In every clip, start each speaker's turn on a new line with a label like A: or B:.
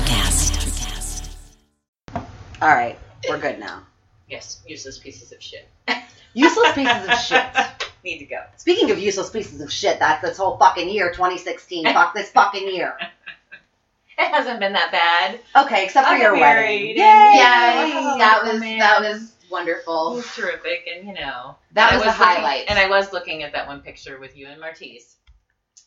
A: Electricast.
B: All right, we're good now.
C: Yes, useless pieces of shit.
B: Useless pieces of shit.
C: Need to go.
B: Speaking of useless pieces of shit, that's this whole fucking year, 2016. Fuck this fucking year.
C: It hasn't been that bad.
B: Okay, except for
C: I'm
B: your wedding.
C: married.
D: Yes,
C: Wow.
D: that was
C: Man.
D: that was
C: It
D: wonderful.
C: was terrific, and you know
D: That
C: I
D: was the
C: looking-
D: highlight.
C: And I was looking at that one picture with you and Martise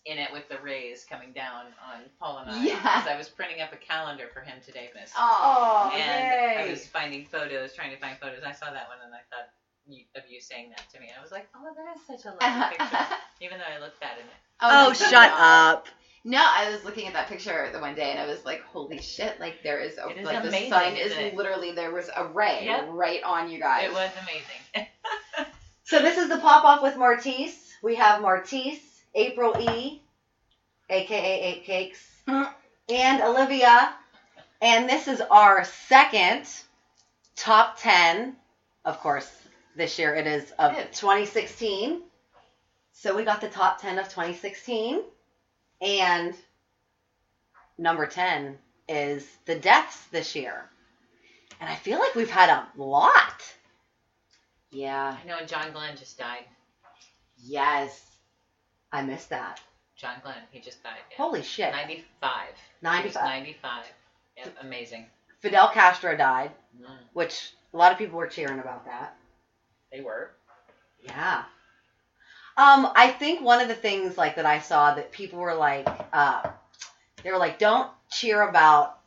C: in it with the rays coming down on Paul and I.
D: Yeah.
C: Because I was printing up a calendar for him today, Miss.
D: Oh,
C: and I
B: yay.
C: was finding photos, trying to find photos. and I saw that one, and I thought you, of you saying that to me. And I was like, oh, that is such a lovely picture, even though I looked bad in it.
B: Oh,
D: my
B: shut
D: God.
B: up.
D: No, I was looking at that picture the one day and I was like, holy shit! Like there is, a,
C: It is
D: like
C: amazing,
D: the sun is
C: isn't it?
D: literally there was a ray
C: Yep.
D: right on you guys.
C: It was amazing.
B: So this is the pop off with Martise. We have Martise, April E, aka Eight Cakes, and Olivia. And this is our second top ten. Of course, this year it is of
C: It is.
B: 2016. So we got the top ten of 2016, and number ten is the deaths this year. And I feel like we've had a lot.
D: Yeah.
C: I know and John Glenn just died.
D: Yes.
B: I missed that.
C: John Glenn, he just died. yeah.
B: Holy shit.
C: 95. He was
B: 95.
C: 95. Yep, amazing.
B: Fidel Castro died,
C: Mm,
B: which a lot of people were cheering about that.
C: they were.
B: Yeah. Um, I think one of the things like that I saw that people were like, uh, they were like, don't cheer about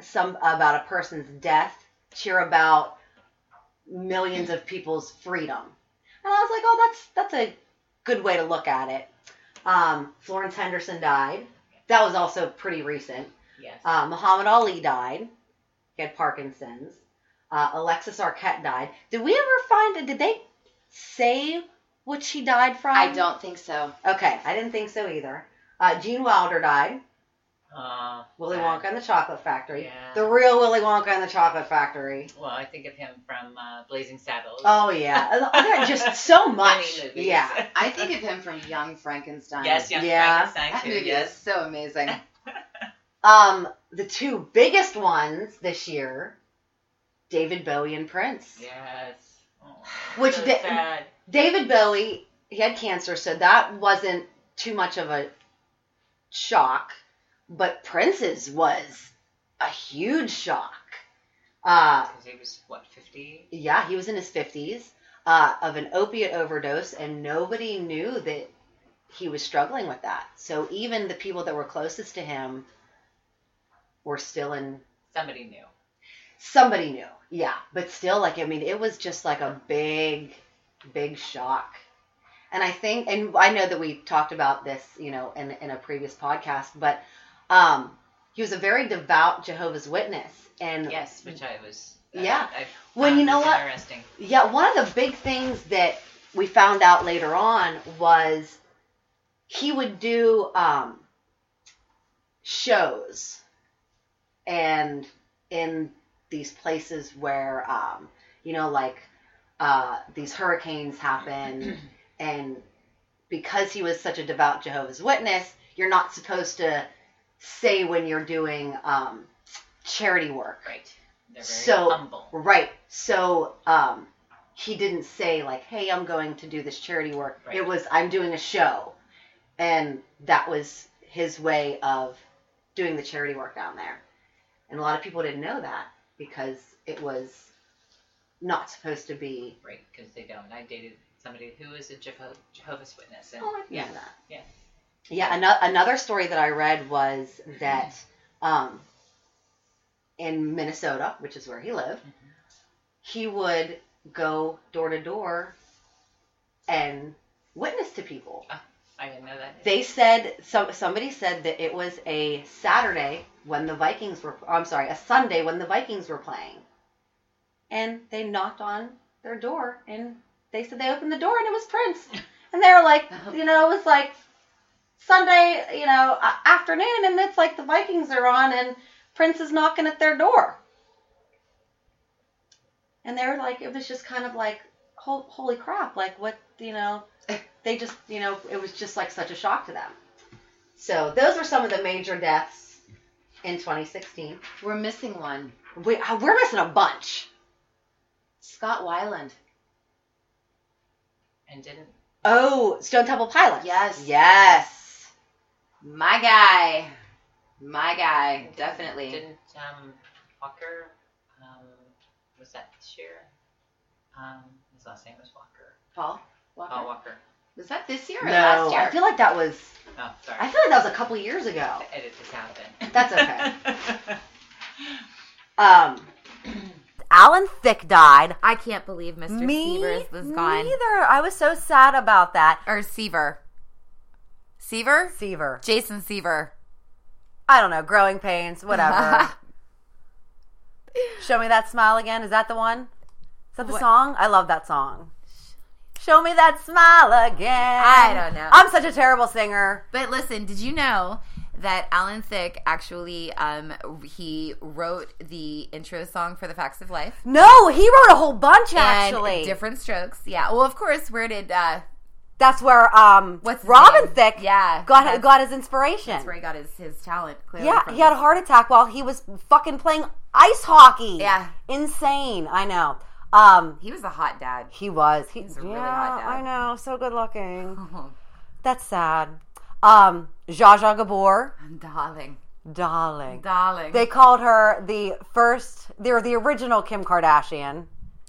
B: some about a person's death. Cheer about millions of people's freedom. And I was like, oh, that's that's a good way to look at it. Um, Florence Henderson died. That was also pretty recent.
C: Yes.
B: Uh, Muhammad Ali died. He had Parkinson's. Uh, Alexis Arquette died. Did we ever find? Did they say what she died from?
D: I don't think so.
B: Okay, I didn't think so either. Uh, Gene Wilder died.
C: Uh,
B: Willy
C: sad.
B: Wonka and the Chocolate Factory.
C: Yeah.
B: The real Willy Wonka and the Chocolate Factory.
C: Well, I think of him from uh, Blazing Saddles.
B: Oh yeah, There are just so much.
C: Many movies.
B: Yeah.
D: I think of him from Young Frankenstein.
C: yes, Young
B: Yeah.
C: Frankenstein
D: That
C: too.
D: movie is
C: Yes.
D: so amazing.
B: Um, the two biggest ones this year, David Bowie and Prince.
C: Yes. Oh,
B: Which
C: so
B: the-
C: sad.
B: David Bowie, he had cancer, so that wasn't too much of a shock. But Prince's was a huge shock. Uh,
C: 'Cause he was what 50?
B: yeah, he was in his 50s uh, of an opiate overdose, and nobody knew that he was struggling with that. So even the people that were closest to him were still in.
C: Somebody knew.
B: Somebody knew, yeah. But still, like, I mean, it was just like a big, big shock. And I think, and I know that we talked about this, you know, in, in a previous podcast, but um, he was a very devout Jehovah's Witness. And
C: Yes, which I was.
B: Mm.
C: uh,
B: Yeah.
C: I, I
B: Well, you
C: found
B: know
C: was
B: what?
C: Interesting.
B: Yeah, one of the big things that we found out later on was he would do um, shows and in these places where, um, you know, like uh, these hurricanes happen. and because he was such a devout Jehovah's Witness, you're not supposed to say when you're doing um, charity work.
C: Right. They're very
B: So-
C: humble.
B: Right. So um, he didn't say like, "Hey, I'm going to do this charity work."
C: Right.
B: It was, "I'm doing a show," and that was his way of doing the charity work down there. And a lot of people didn't know that because it was not supposed to be.
C: Right, because they don't. I dated somebody who is a Jeho- Jehovah's Witness, and
B: Oh, I
C: yeah,
B: yeah. That.
C: yeah.
B: Yeah. Another another story that I read was that um, in Minnesota, which is where he lived.
C: Mhm.
B: he would go door to door and witness to people.
C: I didn't know that.
B: They said some somebody said that it was a Saturday when the Vikings were I'm sorry, a Sunday when the Vikings were playing. And they knocked on their door and they said they opened the door and it was Prince. And they were like, you know, it was like Sunday, you know, a- afternoon and it's like the Vikings are on and Prince is knocking at their door. And they were like, it was just kind of like, hol- holy crap, like what, you know, they just, you know, it was just like such a shock to them. So those were some of the major deaths in 2016.
D: We're missing one.
B: We, uh, we're missing a bunch.
D: Scott Weiland.
C: and didn't.
B: Oh, Stone Temple Pilots.
D: Yes.
B: Yes.
D: My guy. My guy. Definitely.
C: Didn't um, Walker? Um, was that this year? Um, his last name was Walker.
D: Paul Walker.
C: Paul Walker.
D: Was that this year or
B: No,
D: last year?
B: I feel like that was.
C: Oh, sorry.
B: I feel like that was a couple years ago.
C: have to edit this out then.
B: That's okay. um,
A: Alan Thick died.
E: I can't believe Mr. Sievers was gone.
A: neither. I was so sad about that.
E: Or Seaver. Seaver?
A: Seaver.
E: Jason Seaver.
A: I don't know. Growing pains. Whatever. Show me that smile again. Is that the one? Is that the song? I love that song. Show me that smile again.
E: I don't know.
A: I'm such a terrible singer.
E: But listen, did you know that Alan Thicke actually um, he wrote the intro song for The Facts of Life?
A: No, he wrote a whole bunch
E: And
A: actually.
E: different strokes. Yeah. Well, of course. Where did uh,
A: That's where um
E: What's his
A: Robin
E: name?
A: Thicke
E: Yeah,
A: got
E: that's-
A: got his inspiration.
E: that's where he got his his talent? Clearly
A: Yeah,
E: from.
A: he had a heart attack while he was fucking playing ice hockey.
E: Yeah.
A: Insane. I know. Um
E: He was a hot dad.
A: he was. He,
E: He's
A: yeah,
E: a really hot dad.
A: I know. So good looking. That's sad. Um Zsa Zsa Gabor,
E: darling,
A: darling.
E: darling.
A: They called her the first they were the original Kim Kardashian.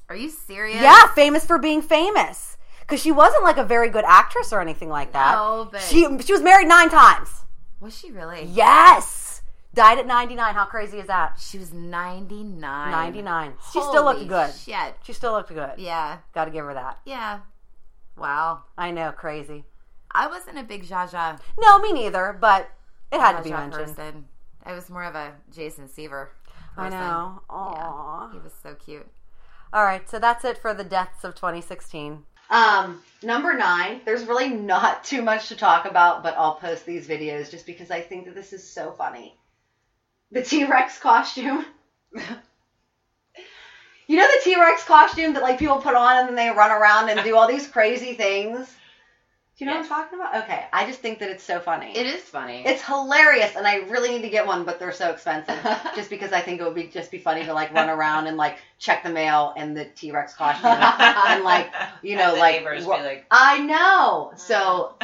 E: Are you serious?
A: Yeah, famous for being famous. Cuz she wasn't like a very good actress or anything like that.
E: No, but-
A: she she was married 9 times.
E: Was she really?
A: Yes. Died at 99. How crazy is that?
E: She was ninety nine.
A: 99. She still looked good.
E: Shit.
A: She still looked good.
E: Yeah.
A: Got to give her that.
E: Yeah. Wow.
A: I know, crazy.
E: I wasn't a big Zsa Zsa,
A: No, me neither, but it had to
E: Zsa
A: be
E: Zsa
A: mentioned.
E: person. I was more of a Jason Seaver.
A: I
E: person.
A: know.
E: Yeah.
A: Aww.
E: He was so cute.
A: All right, so that's it for the deaths of 2016.
B: Um, number nine, there's really not too much to talk about, but I'll post these videos just because I think that this is so funny. The T Rex costume. you know the T Rex costume that like people put on and then they run around and do all these crazy things? Do you know
C: Yes.
B: what I'm talking about? Okay. I just think that it's so funny.
D: It is funny.
B: it's hilarious and I really need to get one, but they're so expensive. just because I think it would be just be funny to like run around and like check the mail in the T Rex costume.
C: and
B: like, you know,
C: the
B: like,
C: neighbors
B: wha-
C: be like,
B: I know. So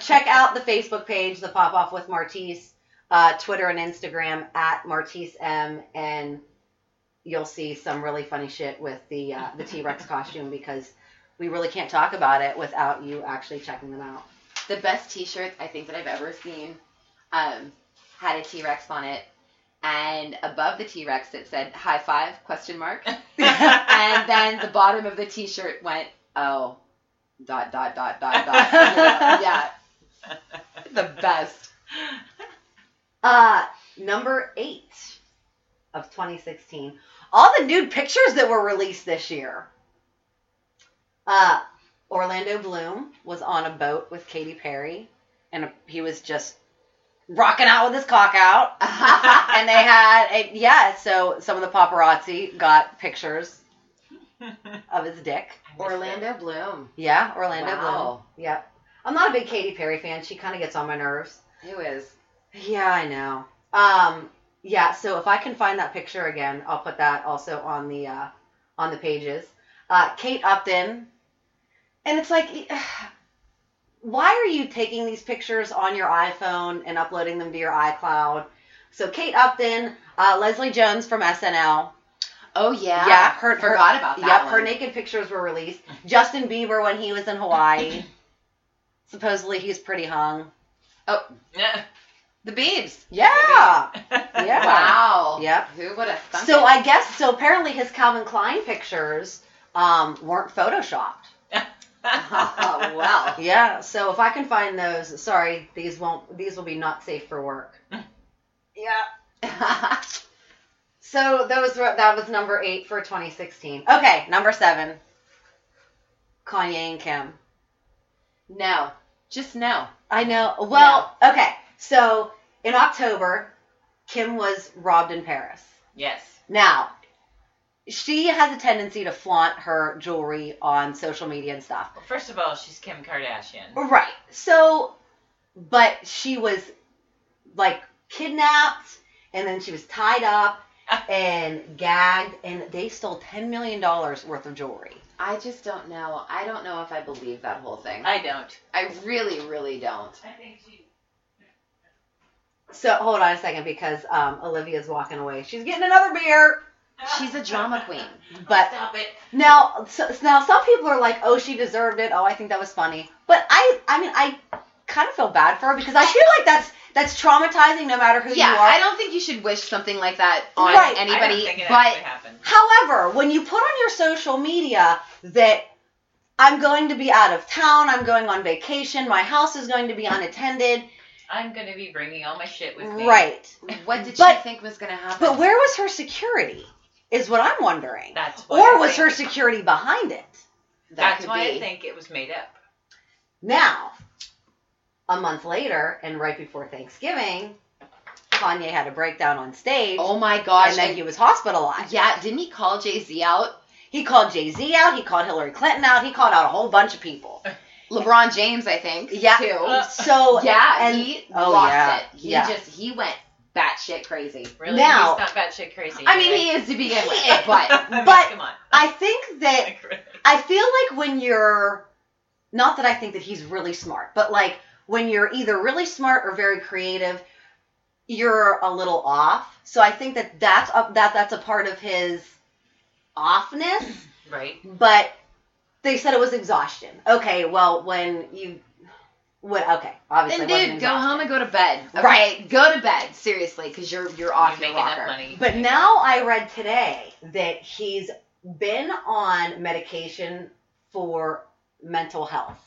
B: check out the Facebook page, the Pop Off with Martise, uh, Twitter and Instagram at Martise M, and you'll see some really funny shit with the uh, the T Rex costume because we really can't talk about it without you actually checking them out.
D: the best t-shirt I think that I've ever seen um, had a T-Rex on it. And above the T-Rex it said high five question mark. and then the bottom of the t-shirt went, oh, dot, dot, dot, dot, dot. yeah. yeah. The best.
B: Uh, number eight of 2016. All the nude pictures that were released this year. Uh, Orlando Bloom was on a boat with Katy Perry, and he was just rocking out with his cock out. and they had, a, yeah, so some of the paparazzi got pictures of his dick.
D: Orlando Bloom.
B: Yeah, Orlando
D: Wow.
B: Bloom. Yep. I'm not a big Katy Perry fan. She kind of gets on my nerves.
D: Who is?
B: Yeah, I know. Um, yeah. So if I can find that picture again, I'll put that also on the uh, on the pages. Uh, Kate Upton, and it's like, why are you taking these pictures on your iPhone and uploading them to your iCloud? So Kate Upton, uh, Leslie Jones from SNL.
D: Oh, yeah.
B: Yeah, her-
D: Forgot about that
B: yep,
D: one.
B: her naked pictures were released. Justin Bieber when he was in Hawaii. Supposedly he's pretty hung.
D: The Beebs.
B: Yeah. Yeah.
D: Wow.
B: Yep.
D: Who would have thunk
B: So
D: it?
B: I guess so. Apparently, his Calvin Klein pictures um, weren't photoshopped.
D: Oh, well.
B: Yeah. So if I can find those, sorry, these won't. These will be not safe for work. yeah. So those were that was number eight for 2016. Okay, number seven. Kanye and Kim.
D: no. Just no.
B: I know. Well, okay. So in October, Kim was robbed in Paris.
C: yes.
B: Now, she has a tendency to flaunt her jewelry on social media and stuff.
C: Well, first of all, she's Kim Kardashian.
B: Right. So, but she was like kidnapped and then she was tied up and gagged, and they stole ten million dollars worth of jewelry.
D: I just don't know. I don't know if I believe that whole thing. I,
C: I don't.
D: really, really don't.
C: I think she.
B: So hold on a second because um, Olivia's walking away. She's getting another beer,
D: She's a drama queen.
B: but
C: Oh, Stop it.
B: Now, so, now some people are like, "Oh, she deserved it. Oh, I think that was funny." But I, I mean, I kind of feel bad for her because I feel like that's that's traumatizing, no matter who
D: yeah,
B: you are.
D: I don't think you should wish something like that on
B: Right.
C: I don't
D: anybody.
C: think it actually
D: But
C: happened.
B: However, when you put on your social media that I'm going to be out of town, I'm going on vacation, my house is going to be unattended,
C: I'm gonna be bringing all my shit with me.
B: right?
D: what did
B: But-
D: she think was going to happen?
B: But where was her security? Is what I'm wondering.
C: That's what
B: Or
C: I
B: was her
C: think.
B: security behind it?
D: That
C: That's
D: could
C: why
D: be.
C: I think it was made up.
B: Now, a month later, and right before Thanksgiving, Kanye had a breakdown on stage,
D: Oh my gosh.
B: and then he was hospitalized.
D: yeah, didn't he call Jay Z out?
B: He called Jay Z out. He called Hillary Clinton out. He called out a whole bunch of people.
D: LeBron James, I think.
B: Yeah.
D: Too.
B: So
D: Uh, yeah,
B: and-
D: he
B: oh,
D: lost
B: yeah,
D: it. He
B: yeah.
D: just he went batshit crazy.
C: Really?
B: Now-
C: he's not batshit crazy.
D: I mean,
C: right?
D: he is to begin
B: He
D: with, but
B: is.
C: I mean,
B: but
C: come on.
B: I think that
C: Like, really.
B: I feel like when you're not that I think that he's really smart, but like when you're either really smart or very creative, you're a little off. So I think that that's a, that that's a part of his offness.
C: Right.
B: but they said it was exhaustion. Okay, well when you when okay, obviously
D: then
B: it wasn't
D: dude, go
B: exhaustion.
D: home and go to bed. Okay?
B: Right.
D: Go to bed seriously, because you're you're off
C: you
D: your
C: make
D: rocker.
C: enough money.
B: But now I read today that he's been on medication for mental health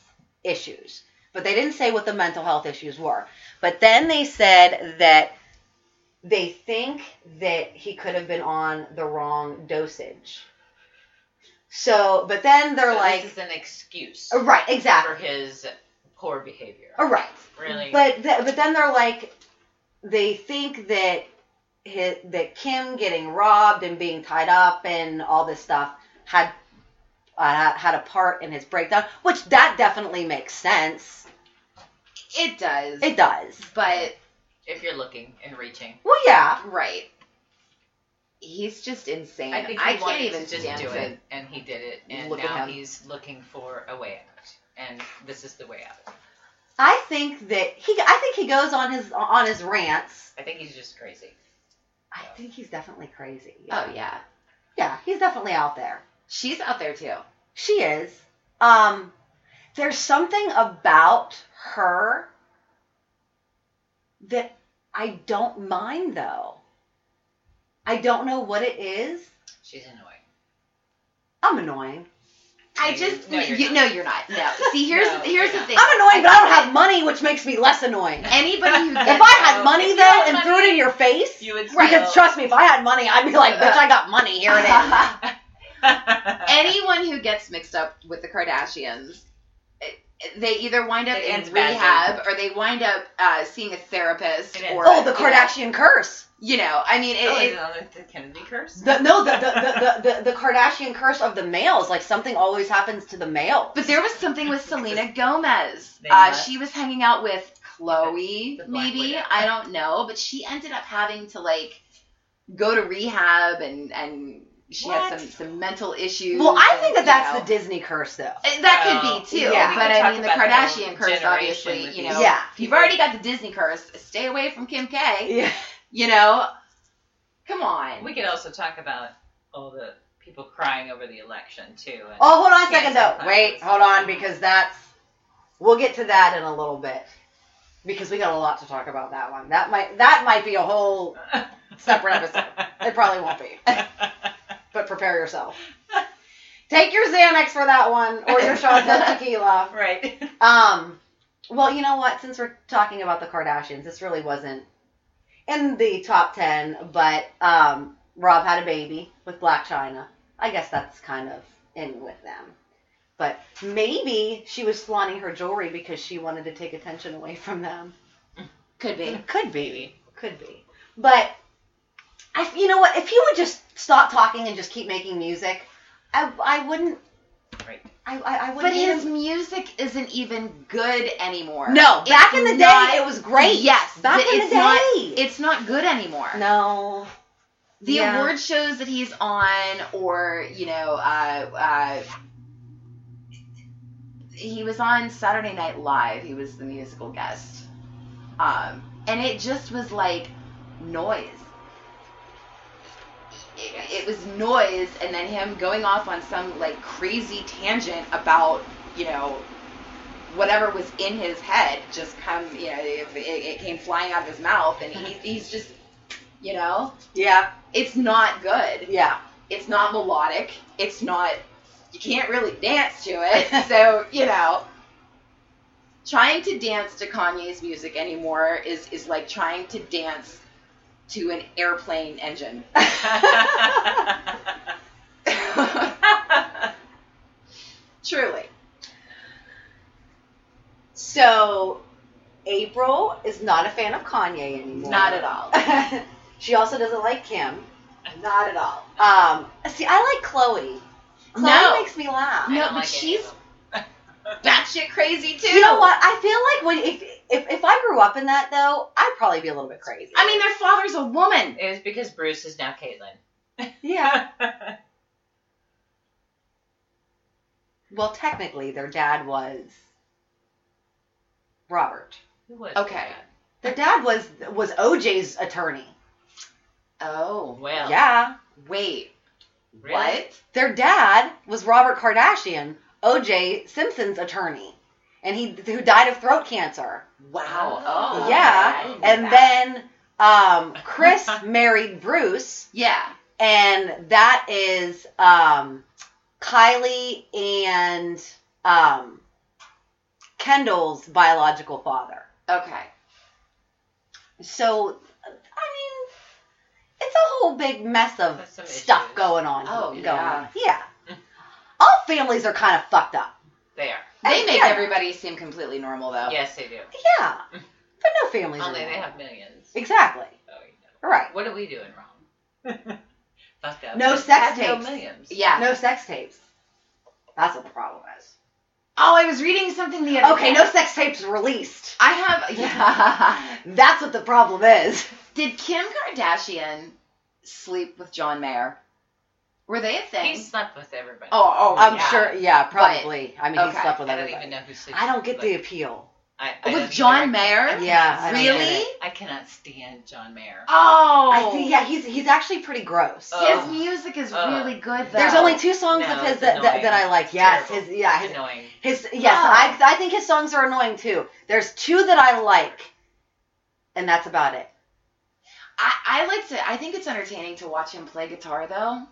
B: issues. But they didn't say what the mental health issues were. But then they said that they think that he could have been on the wrong dosage. So, but then they're
C: So
B: like,
C: this is an excuse
B: right, exactly.
C: for his poor behavior.
B: Right.
C: Really.
B: But th- but then they're like, they think that his, that Kim getting robbed and being tied up and all this stuff had uh, had a part in his breakdown, which that definitely makes sense.
D: It does.
B: It does.
D: but
C: if you're looking and reaching,
B: Well, yeah.
D: right. He's just insane.
C: I think he
D: I
C: wanted
D: can't even
C: to just
D: stand
C: do
D: to-
C: it, and he did it, and
D: Look at
C: now
D: him.
C: he's looking for a way out, and this is the way out.
B: I think that he. I think he goes on his on his rants.
C: I think he's just crazy.
B: I think he's definitely crazy.
D: Oh yeah.
B: yeah. He's definitely out there.
D: She's out there too.
B: She is. Um, there's something about her that I don't mind though. I don't know what it is.
C: She's annoying.
B: I'm annoying.
D: I
C: No,
D: just
C: you're- no, you're
D: you,
C: not.
D: no, you're not. No. See, here's
C: No,
D: here's the
C: you're
D: thing.
B: I'm annoying, but I don't have money, which makes me less annoying. If
D: Anybody who gets
B: I had
C: Oh,
B: money
C: if you
B: though
C: had
B: and
C: money,
B: threw it in your face,
C: You would
D: Right.
B: because trust me, if I had money, I'd be like, bitch, I got money. Here it is.
D: anyone who gets mixed up with the Kardashians, it- they either wind up
C: It
D: in
C: ends badly.
D: rehab or they wind up uh, seeing a therapist.
C: It ends-
D: Or
B: Oh, the
D: you know,
B: Kardashian curse.
D: You know, I mean, it,
C: oh,
D: it,
C: is it the Kennedy curse?
B: The, no, the the, the, the the Kardashian curse of the males. Like something always happens to the male.
D: but there was something with Selena Gomez.
C: They
D: Uh,
C: must-
D: she was hanging out with Chloe,
C: The Black
D: maybe
C: Widow.
D: I don't know, but she ended up having to like go to rehab and and she
C: What?
D: had some some mental issues.
B: Well, I
D: and,
B: think that
D: you
B: that's
D: know.
B: the Disney curse, though.
D: Uh, That
C: Oh,
D: could be too,
B: yeah.
D: but
C: We can
D: I mean the
C: talk about the
D: Kardashian curse,
C: generation
D: obviously.
C: with
D: You
C: these
D: know,
B: Yeah.
D: if you've already got the Disney curse. Stay away from Kim K.
B: Yeah.
D: You know, come on.
C: We could also talk about all the people crying over the election too. And
B: Oh, hold on a second,
C: Cancel
B: though. Wait,
C: culture.
B: hold on, because that's. We'll get to that in a little bit, because we got a lot to talk about that one. That might that might be a whole separate episode. It probably won't be, but prepare yourself. Take your Xanax for that one, or your shots of tequila.
C: right.
B: Um, well, you know what? Since we're talking about the Kardashians, this really wasn't in the top ten, but um, Rob had a baby with Black China. I guess that's kind of in with them. But maybe she was flaunting her jewelry because she wanted to take attention away from them.
D: Could be.
B: Could be. Could be. But I, you know what? If he would just stop talking and just keep making music, I, I wouldn't.
C: Right.
B: I, I, I
D: But
B: wouldn't eat
D: his
B: him.
D: music isn't even good anymore.
B: No,
D: It's
B: back in the day,
D: not-
B: it was great.
D: Yes,
B: Back
D: th-
B: in the
D: it's not-
B: day.
D: it's not good anymore.
B: no.
D: the
B: Yeah.
D: award shows that he's on, or you know, uh, uh, he was on Saturday Night Live. He was the musical guest, um, and it just was like noise. It, it was noise, and then him going off on some like crazy tangent about you know whatever was in his head just come you know it, it it came flying out of his mouth, and he, he's just you know
B: Yeah,
D: it's not good.
B: yeah.
D: It's not melodic. It's not. You can't really dance to it. So you know, trying to dance to Kanye's music anymore is is like trying to dance to an airplane engine. Truly.
B: So, April is not a fan of Kanye anymore.
D: Not at all.
B: all. she also doesn't like Kim. Not at all. Um, see, I like Chloe. Chloe
D: No.
B: makes me laugh.
D: No,
C: I don't
D: but
C: like any of
D: she's-
C: them.
D: Batshit crazy too.
B: You know what? I feel like when if, if if I grew up in that though, I'd probably be a little bit crazy.
D: I mean, their father's a woman.
C: It was because Bruce is now Caitlyn.
B: yeah. Well, technically, their dad was Robert.
C: Who was
D: Okay.
B: Their dad was was OJ's attorney.
C: that?
D: Oh
C: Well,
B: Yeah.
D: wait,
C: really?
D: what?
B: Their dad was Robert Kardashian, OJ Simpson's attorney, and he who died of throat cancer.
D: Wow. Oh
B: Yeah,
D: I didn't know
B: And
D: that.
B: then um, Chris married Bruce,
D: yeah,
B: and that is um, Kylie and um, Kendall's biological father.
D: okay.
B: So, I mean, it's a whole big mess of
C: That's some
B: stuff
C: issues.
B: going on.
D: Oh,
B: going
D: yeah.
B: on. yeah. All families are kind of fucked up.
C: They are.
D: They
B: Uh,
D: make
B: yeah.
D: everybody seem completely normal though.
C: Yes, they do.
B: Yeah, but no families.
C: Only
B: are
C: they
B: normal.
C: have millions.
B: exactly
C: So, you
B: right.
C: know. What are we doing wrong? Fucked up.
B: No
C: They have
B: sex
C: no
B: tapes.
C: millions.
D: Yeah.
B: No sex tapes. That's what the problem is.
D: Oh, I was reading something the other
B: Okay,
D: day.
B: no sex tapes released.
D: I have yeah.
B: That's what the problem is.
D: Did Kim Kardashian sleep with John Mayer? Were they a thing?
C: He slept with everybody.
D: oh, oh,
B: I'm
D: yeah.
B: sure. Yeah, probably. I mean, he
D: okay,
B: slept with
C: I don't
B: everybody.
C: even know who sleeps.
B: I don't get the
C: with-
B: appeal.
C: I, I don't
D: With
C: either.
D: John Mayer?
B: Yeah, I don't get
D: Really?
B: it.
C: I cannot stand John Mayer.
D: Oh.
B: I think, yeah, he's he's actually pretty gross.
C: Oh.
D: His music is
C: Oh.
D: really good though.
B: There's only two songs
C: No,
B: of his
C: it's
B: that, that,
C: annoying.
B: that I like.
C: It's
B: Yes,
C: terrible.
B: his yeah, his,
C: annoying.
B: his yes,
D: Oh.
B: I I think his songs are annoying too. There's two that I like, and that's about it.
D: I, I like to I think it's entertaining to watch him play guitar though.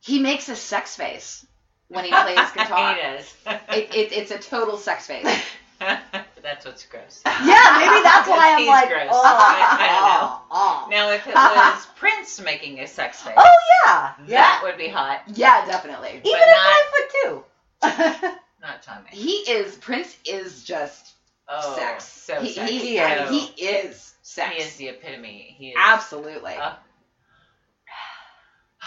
D: He makes a sex face when he plays guitar.
C: he does.
D: it, it, it's a total sex face.
C: That's what's gross.
B: Yeah, maybe that's why I'm
C: He's
B: like,
C: gross.
B: oh,
C: I- I don't know.
B: oh, oh.
C: Now, if it
D: Uh-huh.
C: was Prince making a sex face,
B: Oh, yeah, yeah.
C: that would be hot.
D: Yeah, definitely.
B: Even
C: But
B: at
C: not-
B: five foot two.
C: Not John Mayer.
D: He is Prince is just
C: Oh,
D: sex.
C: So
D: he,
C: sexy.
D: He,
B: Yeah.
D: I mean,
C: So-
D: he is sex.
C: he is the epitome. He is.
D: Absolutely.
C: Uh,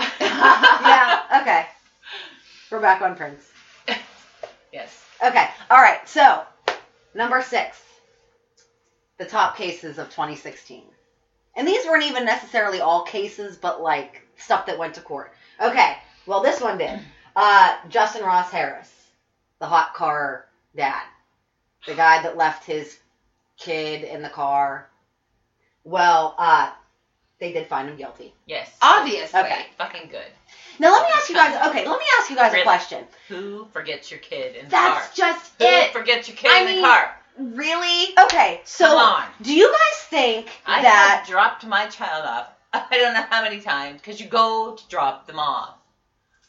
B: yeah, okay. We're back on Prince.
C: yes.
B: Okay, all right. So number six, the top cases of 2016, and these weren't even necessarily all cases, but like stuff that went to court. Okay, well this one did. Uh, Justin Ross Harris, the hot car dad, the guy that left his kid in the car. Well, uh, they did find him guilty.
C: Yes.
D: Obviously.
B: Okay.
C: Fucking good.
B: Now let me ask you guys. Okay, let me ask you guys
C: Really?
B: a question.
C: Who forgets your kid in the
D: That's
C: car?
D: just
C: Who
D: it.
C: forgets your kid
D: I
C: in the
D: mean,
C: car?
D: Really?
B: Okay, so
C: Come on.
B: do you guys think
C: I
B: that?
C: have dropped my child off. I don't know how many times because you go to drop them off.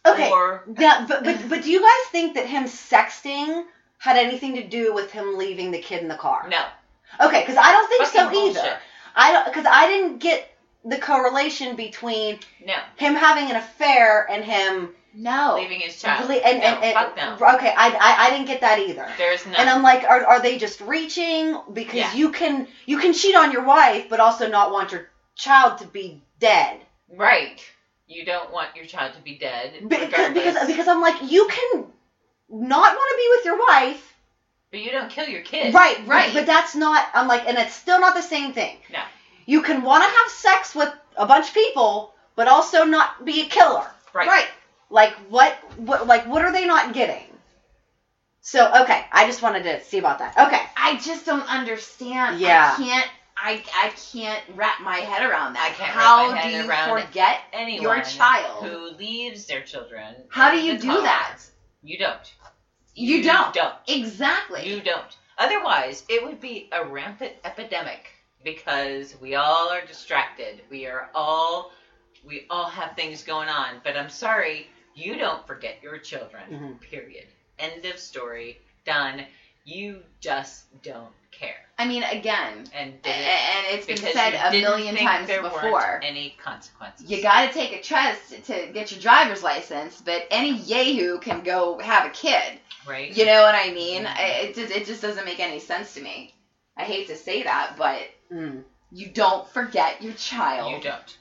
B: Okay.
C: Or
B: Now, but, but but do you guys think that him sexting had anything to do with him leaving the kid in the car?
C: no.
B: Okay, because I don't think so
C: Fucking
B: either.
C: bullshit.
B: I don't because I didn't get the correlation between
C: No.
B: him having an affair and him
D: No.
C: Leaving his child.
B: ble- and,
C: no,
B: and, and
C: fuck no.
B: okay, I, I I didn't get that either.
C: There's no.
B: And I'm like, are, are they just reaching? Because
C: Yeah.
B: you can you can cheat on your wife, but also not want your child to be dead.
C: right. You don't want your child to be dead.
B: Because,
C: regardless.
B: because because I'm like, you can not want to be with your wife.
C: but you don't kill your kid.
B: Right, right.
D: right.
B: But that's not I'm like and it's still not the same thing.
C: No.
B: You can want to have sex with a bunch of people, but also not be a killer.
C: Right.
B: Like what what like what are they not getting? So okay, I just wanted to see about that. Okay.
D: I just don't understand.
B: Yeah.
D: I can't. I, I can't wrap my head around that.
C: I can't wrap
D: How
C: my head
D: do you
C: around
D: forget?
C: Anyone
D: Your child.
C: who leaves their children.
D: How do
C: in
D: you
C: the
D: do
C: cause,
D: that?
C: You don't.
D: You, don't.
C: Don't.
D: Exactly.
C: You don't. Otherwise, it would be a rampant epidemic because we all are distracted. We are all we all have things going on. But I'm sorry, you don't forget your children.
D: Mm-hmm.
B: Mhm.
C: Period. End of story. Done. You just don't care.
D: I mean, again,
C: And
D: a-
C: did it
D: and it's been
C: because
D: said
C: you
D: a
C: didn't
D: million
C: think
D: times
C: there weren't
D: before.
C: Any consequences?
D: You got to take a test to get your driver's license, but any yahoo can go have a kid.
C: right.
D: You know what I mean? I- It just it just doesn't make any sense to me. I hate to say that, but
B: Mm.
D: you don't forget your child
C: You don't.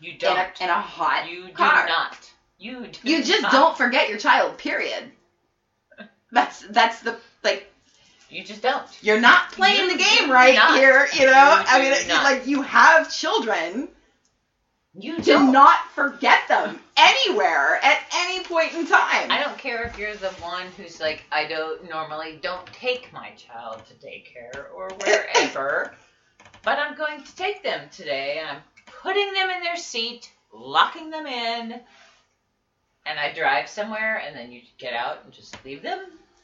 C: You
D: in
C: don't.
D: a, in a hot
C: you do
D: car.
C: not. You do
D: You just
C: not.
D: don't forget your child. Period. That's that's the like
C: You just don't.
D: you're not playing
C: You
D: the game
C: do
D: right
C: not.
D: here. You know,
C: You
D: I
C: do
D: mean, it-
C: not.
D: like you have children.
C: You
D: to
C: don't.
D: not forget them anywhere at any point in time.
C: I don't care if you're the one who's like, I don't normally don't take my child to daycare or wherever, but I'm going to take them today, and I'm putting them in their seat, locking them in, and I drive somewhere, and then you get out and just leave them.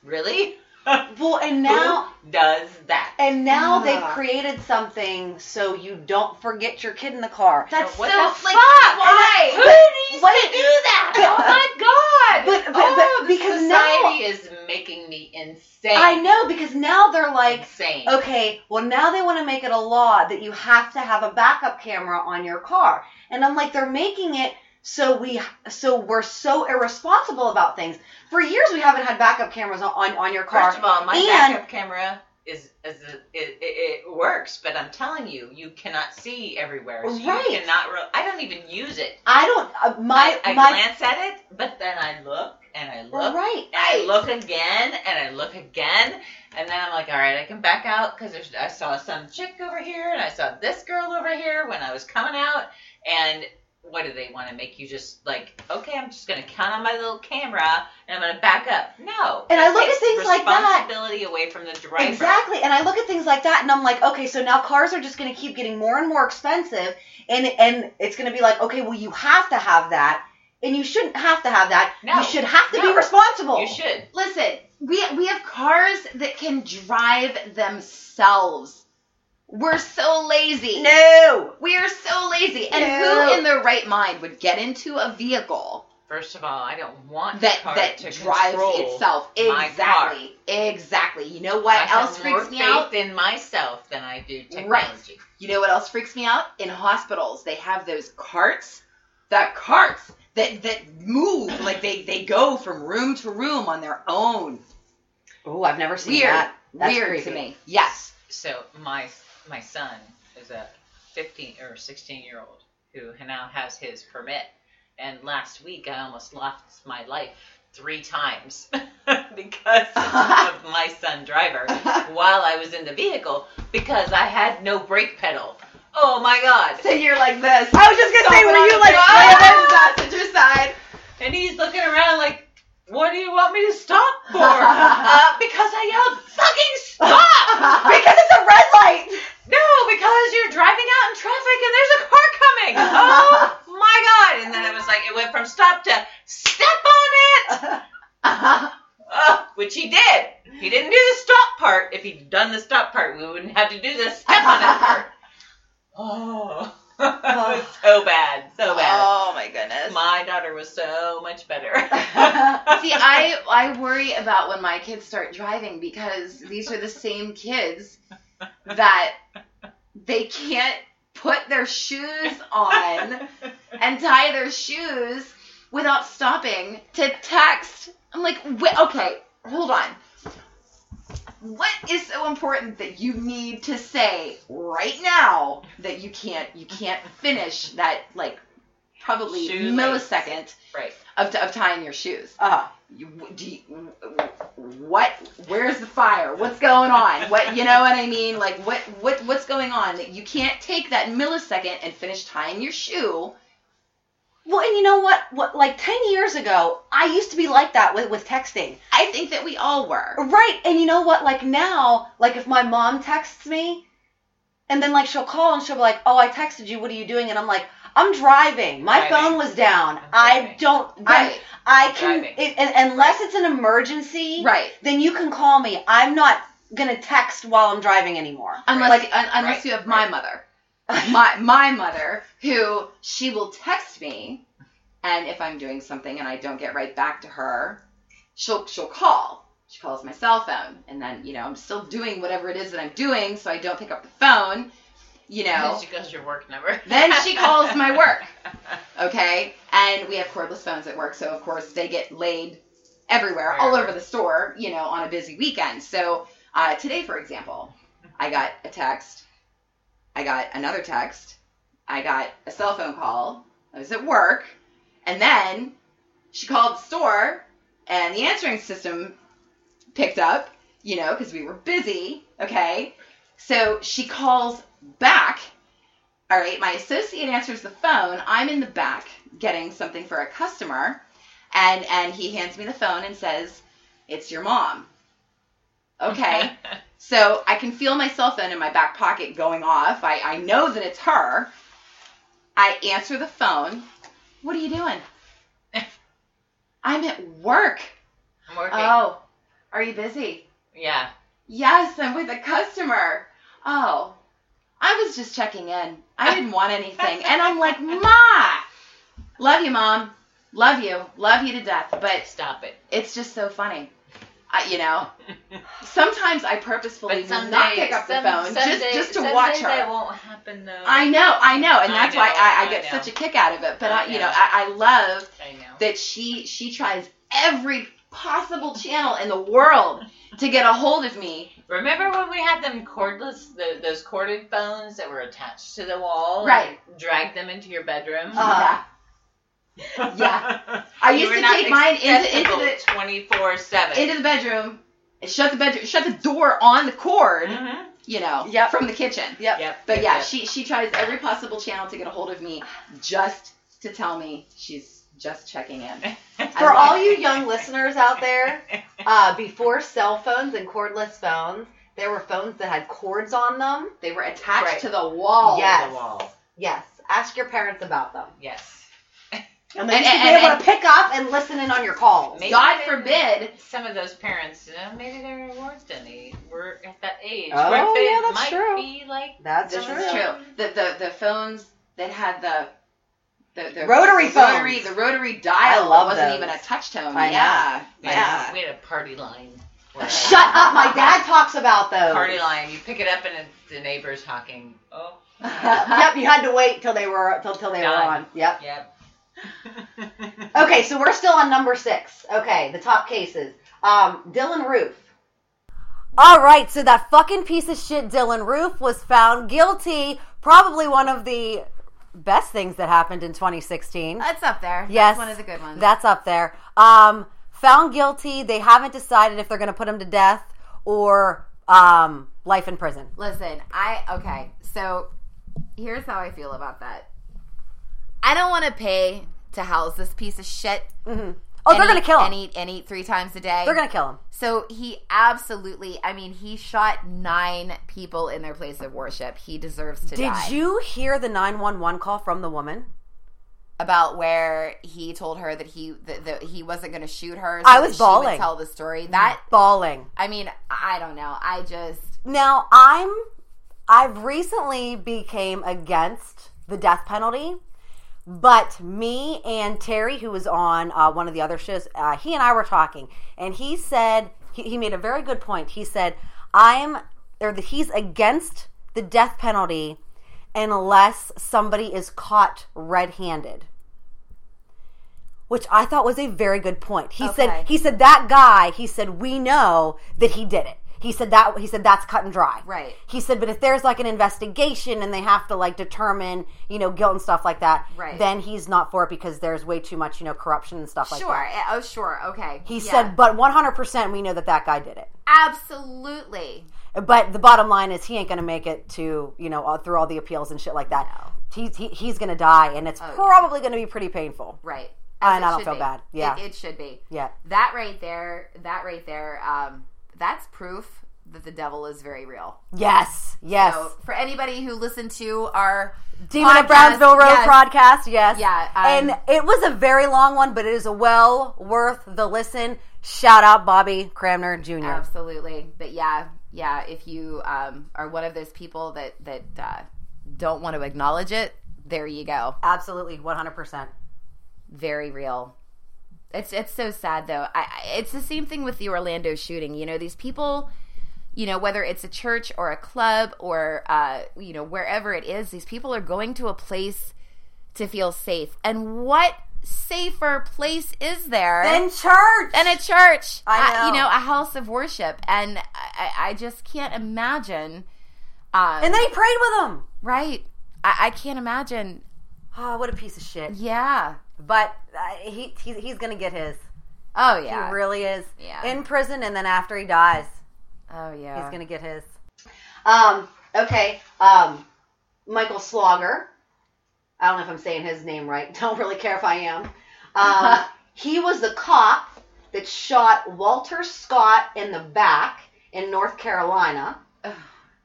C: Really?
B: Well, and now
C: Who does that?
B: And now
D: Ah.
B: they've created something so you don't forget your kid in the car.
D: That's
C: What
D: so
C: the
D: like
C: fuck?
D: why?
C: Who needs
B: What-
C: to do that?
B: but-
C: oh my god!
B: but- but-
C: oh,
B: but
C: this
B: because
C: society is making me insane.
B: I know because now they're like,
C: insane.
B: okay, well now they want to make it a law that you have to have a backup camera on your car. And I'm like, they're making it so we so we're so irresponsible about things. For years we haven't had backup cameras on on, on your car.
C: First of all, my
B: And-
C: backup camera is is it, it, it works, but I'm telling you, you cannot see everywhere. So
B: Right.
C: You cannot. Re- I don't even use it.
B: I don't uh, my
C: I, I
B: my
C: glance at it, but then I look and I look.
B: right.
C: and I look again and I look again, and then I'm like, all right, I can back out because I saw some chick over here and I saw this girl over here when I was coming out. And what do they want to make you just like, okay, I'm just going to count on my little camera and I'm going to back up? No.
B: And I
C: That
B: look at
C: takes
B: things like that.
C: Responsibility away from the driver.
B: Exactly. And I look at things like that and I'm like, okay, so now cars are just going to keep getting more and more expensive and and it's going to be like, okay, well you have to have that and you shouldn't have to have that.
C: No.
B: You should have to
C: No.
B: be responsible.
C: You should.
D: Listen, we we have cars that can drive themselves. We're so lazy.
B: No.
D: We are so lazy. And
B: No.
D: who in their right mind would get into a vehicle
C: First of all, I don't want
D: that
C: the car
D: that
C: to
D: drives
C: control
D: itself?
C: my car.
D: Exactly. Exactly. You know
C: I
D: what
C: have
D: else
C: more
D: freaks me
C: faith
D: out?
C: in myself than I do technology.
D: You know what else freaks me out? In hospitals, they have those carts, that carts that that move like they they go from room to room on their own.
B: Oh, I've never seen
D: Weird,
B: that. That's
D: weird
B: creepy.
D: to me. Yes.
C: so my my son is a 15 or 16 year old who now has his permit and last week i almost lost my life three times because of my son driver while i was in the vehicle because i had no brake pedal oh my god
D: So you're like this.
B: I was just going to say were you like, "Ah!"
D: on the passenger side?
C: and he's looking around like what do you want me to stop for uh, because i yelled fucking stop
B: because it's a red light.
C: No, because you're driving out in traffic and there's a car coming. Oh my god! And then it was like it went from stop to step on it,
D: Uh-huh.
C: uh, which he did. He didn't do the stop part. If he'd done the stop part, we wouldn't have to do the step on it part. Oh, it was so bad, so bad.
D: oh my goodness.
C: My daughter was so much better.
D: See, I I worry about when my kids start driving because these are the same kids that they can't put their shoes on and tie their shoes without stopping to text. I'm like, wait, okay, hold on. What is so important that you need to say right now that you can't you can't finish that like probably
C: Shoe lace.
D: millisecond
C: Right.
D: of, of tying your shoes.
B: Uh,
D: You, do you, what? Where's the fire? What's going on? What you know what I mean? Like what what what's going on? You can't take that millisecond and finish tying your shoe.
B: well, and you know what? What like ten years ago, I used to be like that with with texting.
D: I think that we all were.
B: Right. And you know what? Like now, like if my mom texts me and then like she'll call and she'll be like, Oh, I texted you, what are you doing? And I'm like, I'm driving. My
C: Driving.
B: phone was down.
C: I'm
B: I
C: driving."
B: don't
D: Right.
B: I, I can
C: Driving.
B: it, and, unless it's an emergency,
D: Right.
B: then you can call me. I'm not gonna text while I'm driving anymore.
D: Unless
B: like
D: un- unless
C: right,
D: you have my
C: right.
D: mother. my my mother who she will text me and if I'm doing something and I don't get right back to her, she'll she'll call. She calls my cell phone and then, you know, I'm still doing whatever it is that I'm doing, so I don't pick up the phone, you know.
C: Then she goes your work number.
D: Then she calls my work. Okay? And we have cordless phones at work, so of course they get laid everywhere, all over the store, you know, on a busy weekend. So uh, today, for example, I got a text, I got another text, I got a cell phone call. I was at work, and then she called the store, and the answering system picked up, you know, because we were busy, okay? So she calls back all right, my associate answers the phone. I'm in the back getting something for a customer, and and he hands me the phone and says, "It's your mom." Okay. so I can feel my cell phone in my back pocket going off. I, I know that it's her. I answer the phone. What are you doing? I'm at work.
C: I'm working.
D: Oh, are you busy?
C: yeah.
D: Yes, I'm with a customer. Oh, I was just checking in. I didn't want anything. And I'm like, Ma, love you, Mom. Love you. Love you to death. But
C: Stop it.
D: it's just so funny. I, you know, sometimes I purposefully
C: But
D: will
C: someday,
D: not pick up the
C: some-
D: phone just,
C: someday-
D: just to
C: someday
D: watch her.
C: That won't happen though.
D: I know, I know, and
C: I
D: that's
C: know,
D: why I, I
C: I
D: get
C: know.
D: such a kick out of it. But
C: I
D: I, you
C: know.
D: know, I, I love
C: I know.
D: that she she tries every possible channel in the world to get a hold of me.
C: Remember when we had them cordless, the, those corded phones that were attached to the wall?
D: Right.
C: And dragged them into your bedroom.
B: Uh,
D: Yeah. yeah. I
C: You
D: used
C: were
D: to
C: not
D: take mine into, into
C: accessible
D: the
C: 24/7.
D: into the bedroom, and shut the bedroom, shut the door on the cord,
C: Mhm.
D: you know,
B: Yep.
D: from the kitchen.
B: Yep.
C: Yep.
D: But yeah,
C: yep.
D: she she tries every possible channel to get a hold of me just to tell me she's just checking in.
B: For all you young listeners out there, uh, before cell phones and cordless phones, there were phones that had cords on them.
D: They were attached
C: Right.
D: to the wall.
B: Yes.
C: The wall.
B: Yes, ask your parents about them.
C: Yes.
B: And then
D: And-
B: you should
D: and-
B: be able
D: and-
B: to pick up and listen in on your calls.
C: Maybe
D: God
C: they-
D: forbid.
C: Some of those parents, uh, maybe their rewards any. We're at that age.
B: Oh,
C: where they
B: yeah, that's
C: might
B: true.
C: Be like
B: That's
D: This
B: true.
D: is true. The the the phones that had the the, the
B: Rotary phones.
D: rotary, the rotary dial
B: I love
D: wasn't
B: those.
D: even a touch tone.
B: I know.
D: yeah, yeah.
C: we had a party line. where-
B: Shut up! My dad talks about those.
C: Party line. You pick it up and it, the neighbor's honking. Oh.
B: yep, you had to wait till they were till, till they were
C: Done.
B: on. Yep.
C: Yep.
B: Okay, so we're still on number six. Okay, the top cases. Um, Dylan Roof.
A: All right, so that fucking piece of shit Dylan Roof was found guilty. Probably one of the best things that happened in 2016.
E: That's up there.
A: Yes,
E: That's one of the good ones.
A: That's up there. Um, found guilty. They haven't decided if they're going to put him to death or um, life in prison.
E: Listen, I okay. So here's how I feel about that. I don't want to pay to house this piece of shit.
A: Oh, they're
E: and
A: going to
E: eat-
A: kill him.
E: and eat and eat three times a day.
A: they're going to kill him.
E: So he absolutely. I mean, he shot nine people in their place of worship. He deserves to
A: Did
E: die.
A: you hear the 911 call from the woman?
E: about where he told her that he that, that he wasn't going to shoot her? So
A: I was
E: that she would
A: bawling. Mm-hmm.
E: tell the story. That
A: Bawling.
E: I mean, I don't know. I just
A: Now, I'm I've recently became against the death penalty, but me and Terry, who was on uh, one of the other shows, uh, he and I were talking, and he said he, he made a very good point. He said, "I'm or that he's against the death penalty unless somebody is caught red-handed." Which I thought was a very good point. He
E: Okay.
A: said he said that guy, he said we know that he did it. He said that he said that's cut and dry.
E: Right.
A: He said, but if there's like an investigation and they have to like determine, you know, guilt and stuff like that,
E: Right.
A: then he's not for it because there's way too much, you know, corruption and stuff like
E: sure.
A: that.
E: eh, Oh, sure. Okay.
A: He
E: Yeah.
A: said, but 100% we know that that guy did it.
E: absolutely.
A: But the bottom line is he ain't going to make it to, you know, all, through all the appeals and shit like that.
E: No. Oh,
A: He's, he, he's going to die and it's
E: yeah.
A: probably going to be pretty painful.
E: Right.
A: And
E: it
A: I don't
E: should
A: feel
E: be.
A: bad. Yeah.
E: It, it should be.
A: Yeah.
E: That right there. That right there. Um, that's proof that the devil is very real.
A: Yes. Yes.
E: So for anybody who listened to our
A: Demon
E: podcast,
A: of Brownsville Road
E: yes,
A: podcast. Yes.
E: Yeah, um,
A: and it was a very long one, but it is well worth the listen. Shout out Bobby Cramner Jr.
E: absolutely. But yeah, yeah. If you um, are one of those people that that uh, don't want to acknowledge it, there you go.
A: Absolutely. 100%.
E: very real. It's it's so sad though. I, I- it's the same thing with the Orlando shooting. You know, these people, you know, whether it's a church or a club or uh, you know wherever it is, these people are going to a place to feel safe. And what safer place is there
A: In church.
E: than a church?
A: I
E: Uh, you
A: know.
E: know, a house of worship. And I, I- I just can't imagine. Um,
A: and they prayed with him.
E: right? I, I can't imagine.
A: Oh, what a piece of shit.
E: Yeah.
A: But uh, he, he he's going to get his.
E: Oh
A: He
E: yeah.
A: really is.
E: Yeah.
A: In prison and then after he dies,
E: oh yeah.
A: he's going to get his.
B: Um, okay. Um, Michael Slogger. I don't know if I'm saying his name right. Don't really care if I am. Um, he was the cop that shot Walter Scott in the back in North Carolina.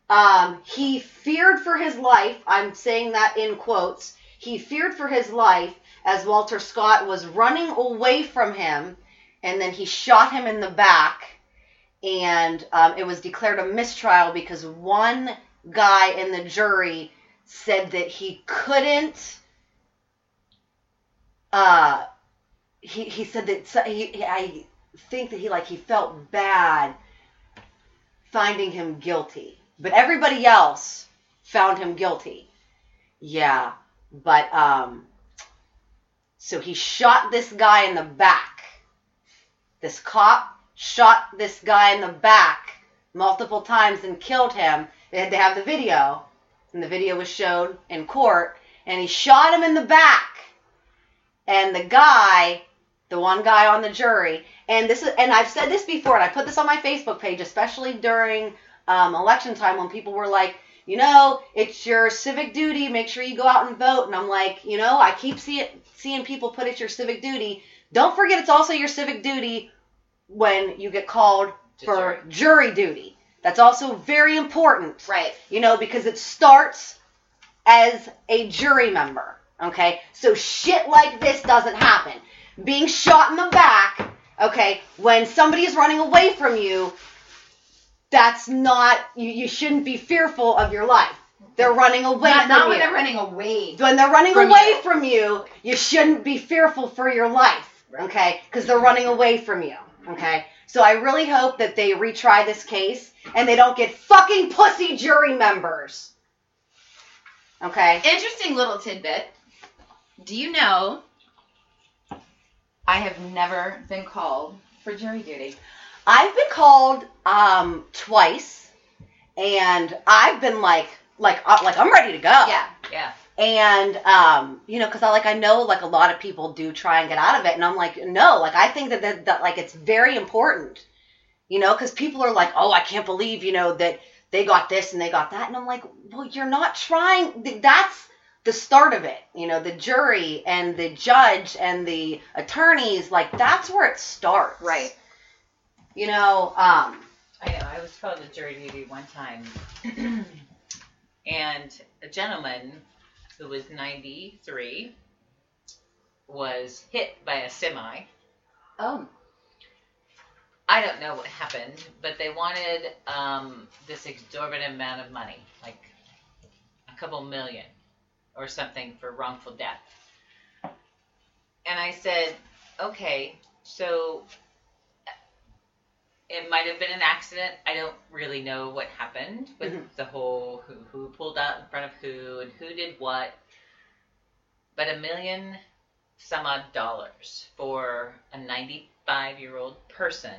B: Um, he feared for his life. I'm saying that in quotes. He feared for his life as Walter Scott was running away from him, and then he shot him in the back and um, it was declared a mistrial because one guy in the jury said that he couldn't. Uh, he he said that so- he, he- I think that he like he felt bad finding him guilty, but everybody else found him guilty. Yeah, but um, so he shot this guy in the back this cop shot this guy in the back multiple times and killed him. They had to have the video, and the video was shown in court, and he shot him in the back. And the guy, the one guy on the jury, and this is, and I've said this before, and I put this on my Facebook page, especially during um, election time when people were like, you know, it's your civic duty. Make sure you go out and vote. And I'm like, you know, I keep see, seeing people put it's your civic duty. Don't forget, it's also your civic duty when you get called
C: To
B: for jury duty. That's also very important.
D: Right.
B: You know, because it starts as a jury member. Okay? So shit like this doesn't happen. Being shot in the back, okay, when somebody is running away from you, that's not you, you shouldn't be fearful of your life. They're running away
D: Not,
B: from
D: not
B: you.
D: when they're running away.
B: when they're running
D: from
B: away
D: you.
B: from you, you shouldn't be fearful for your life, okay? Because they're running away from you, okay? So I really hope that they retry this case and they don't get fucking pussy jury members, okay?
D: Interesting little tidbit. Do you know I have never been called for jury duty?
B: I've been called um twice, and I've been like, like, uh, like I'm ready to go.
D: Yeah.
C: Yeah.
B: and um, you know, because I like I know like a lot of people do try and get out of it, and I'm like, no, like I think that that, that like it's very important, you know, because people are like, oh, I can't believe you know that they got this and they got that, and I'm like, well, you're not trying. th- That's the start of it, you know, the jury and the judge and the attorneys, like that's where it starts,
D: Right.
B: You know, um,
C: I know. I was called to jury duty one time, and a gentleman who was 93 was hit by a semi.
D: Oh.
C: I don't know what happened, but they wanted um, this exorbitant amount of money, like a couple million or something for wrongful death. And I said, okay, so it might have been an accident. I don't really know what happened with the whole who, who pulled out in front of who and who did what, but a million some odd dollars for a 95 year old person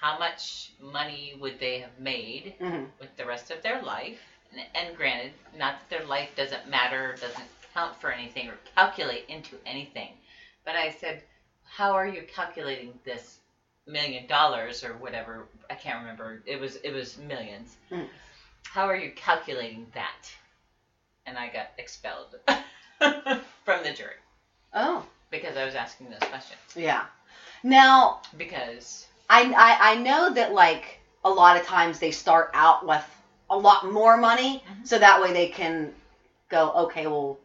C: how much money would they have made
B: Mhm.
C: with the rest of their life? And, and granted, not that their life doesn't matter, doesn't count for anything, or calculate into anything. But I said, how are you calculating this million dollars or whatever? I can't remember. It was it was millions.
B: Mm.
C: How are you calculating that? And I got expelled from the jury
B: Oh,
C: because I was asking those questions.
B: yeah. Now,
C: Because
B: I, I I know that like a lot of times they start out with a lot more money,
C: Mhm.
B: so that way they can go, okay, well,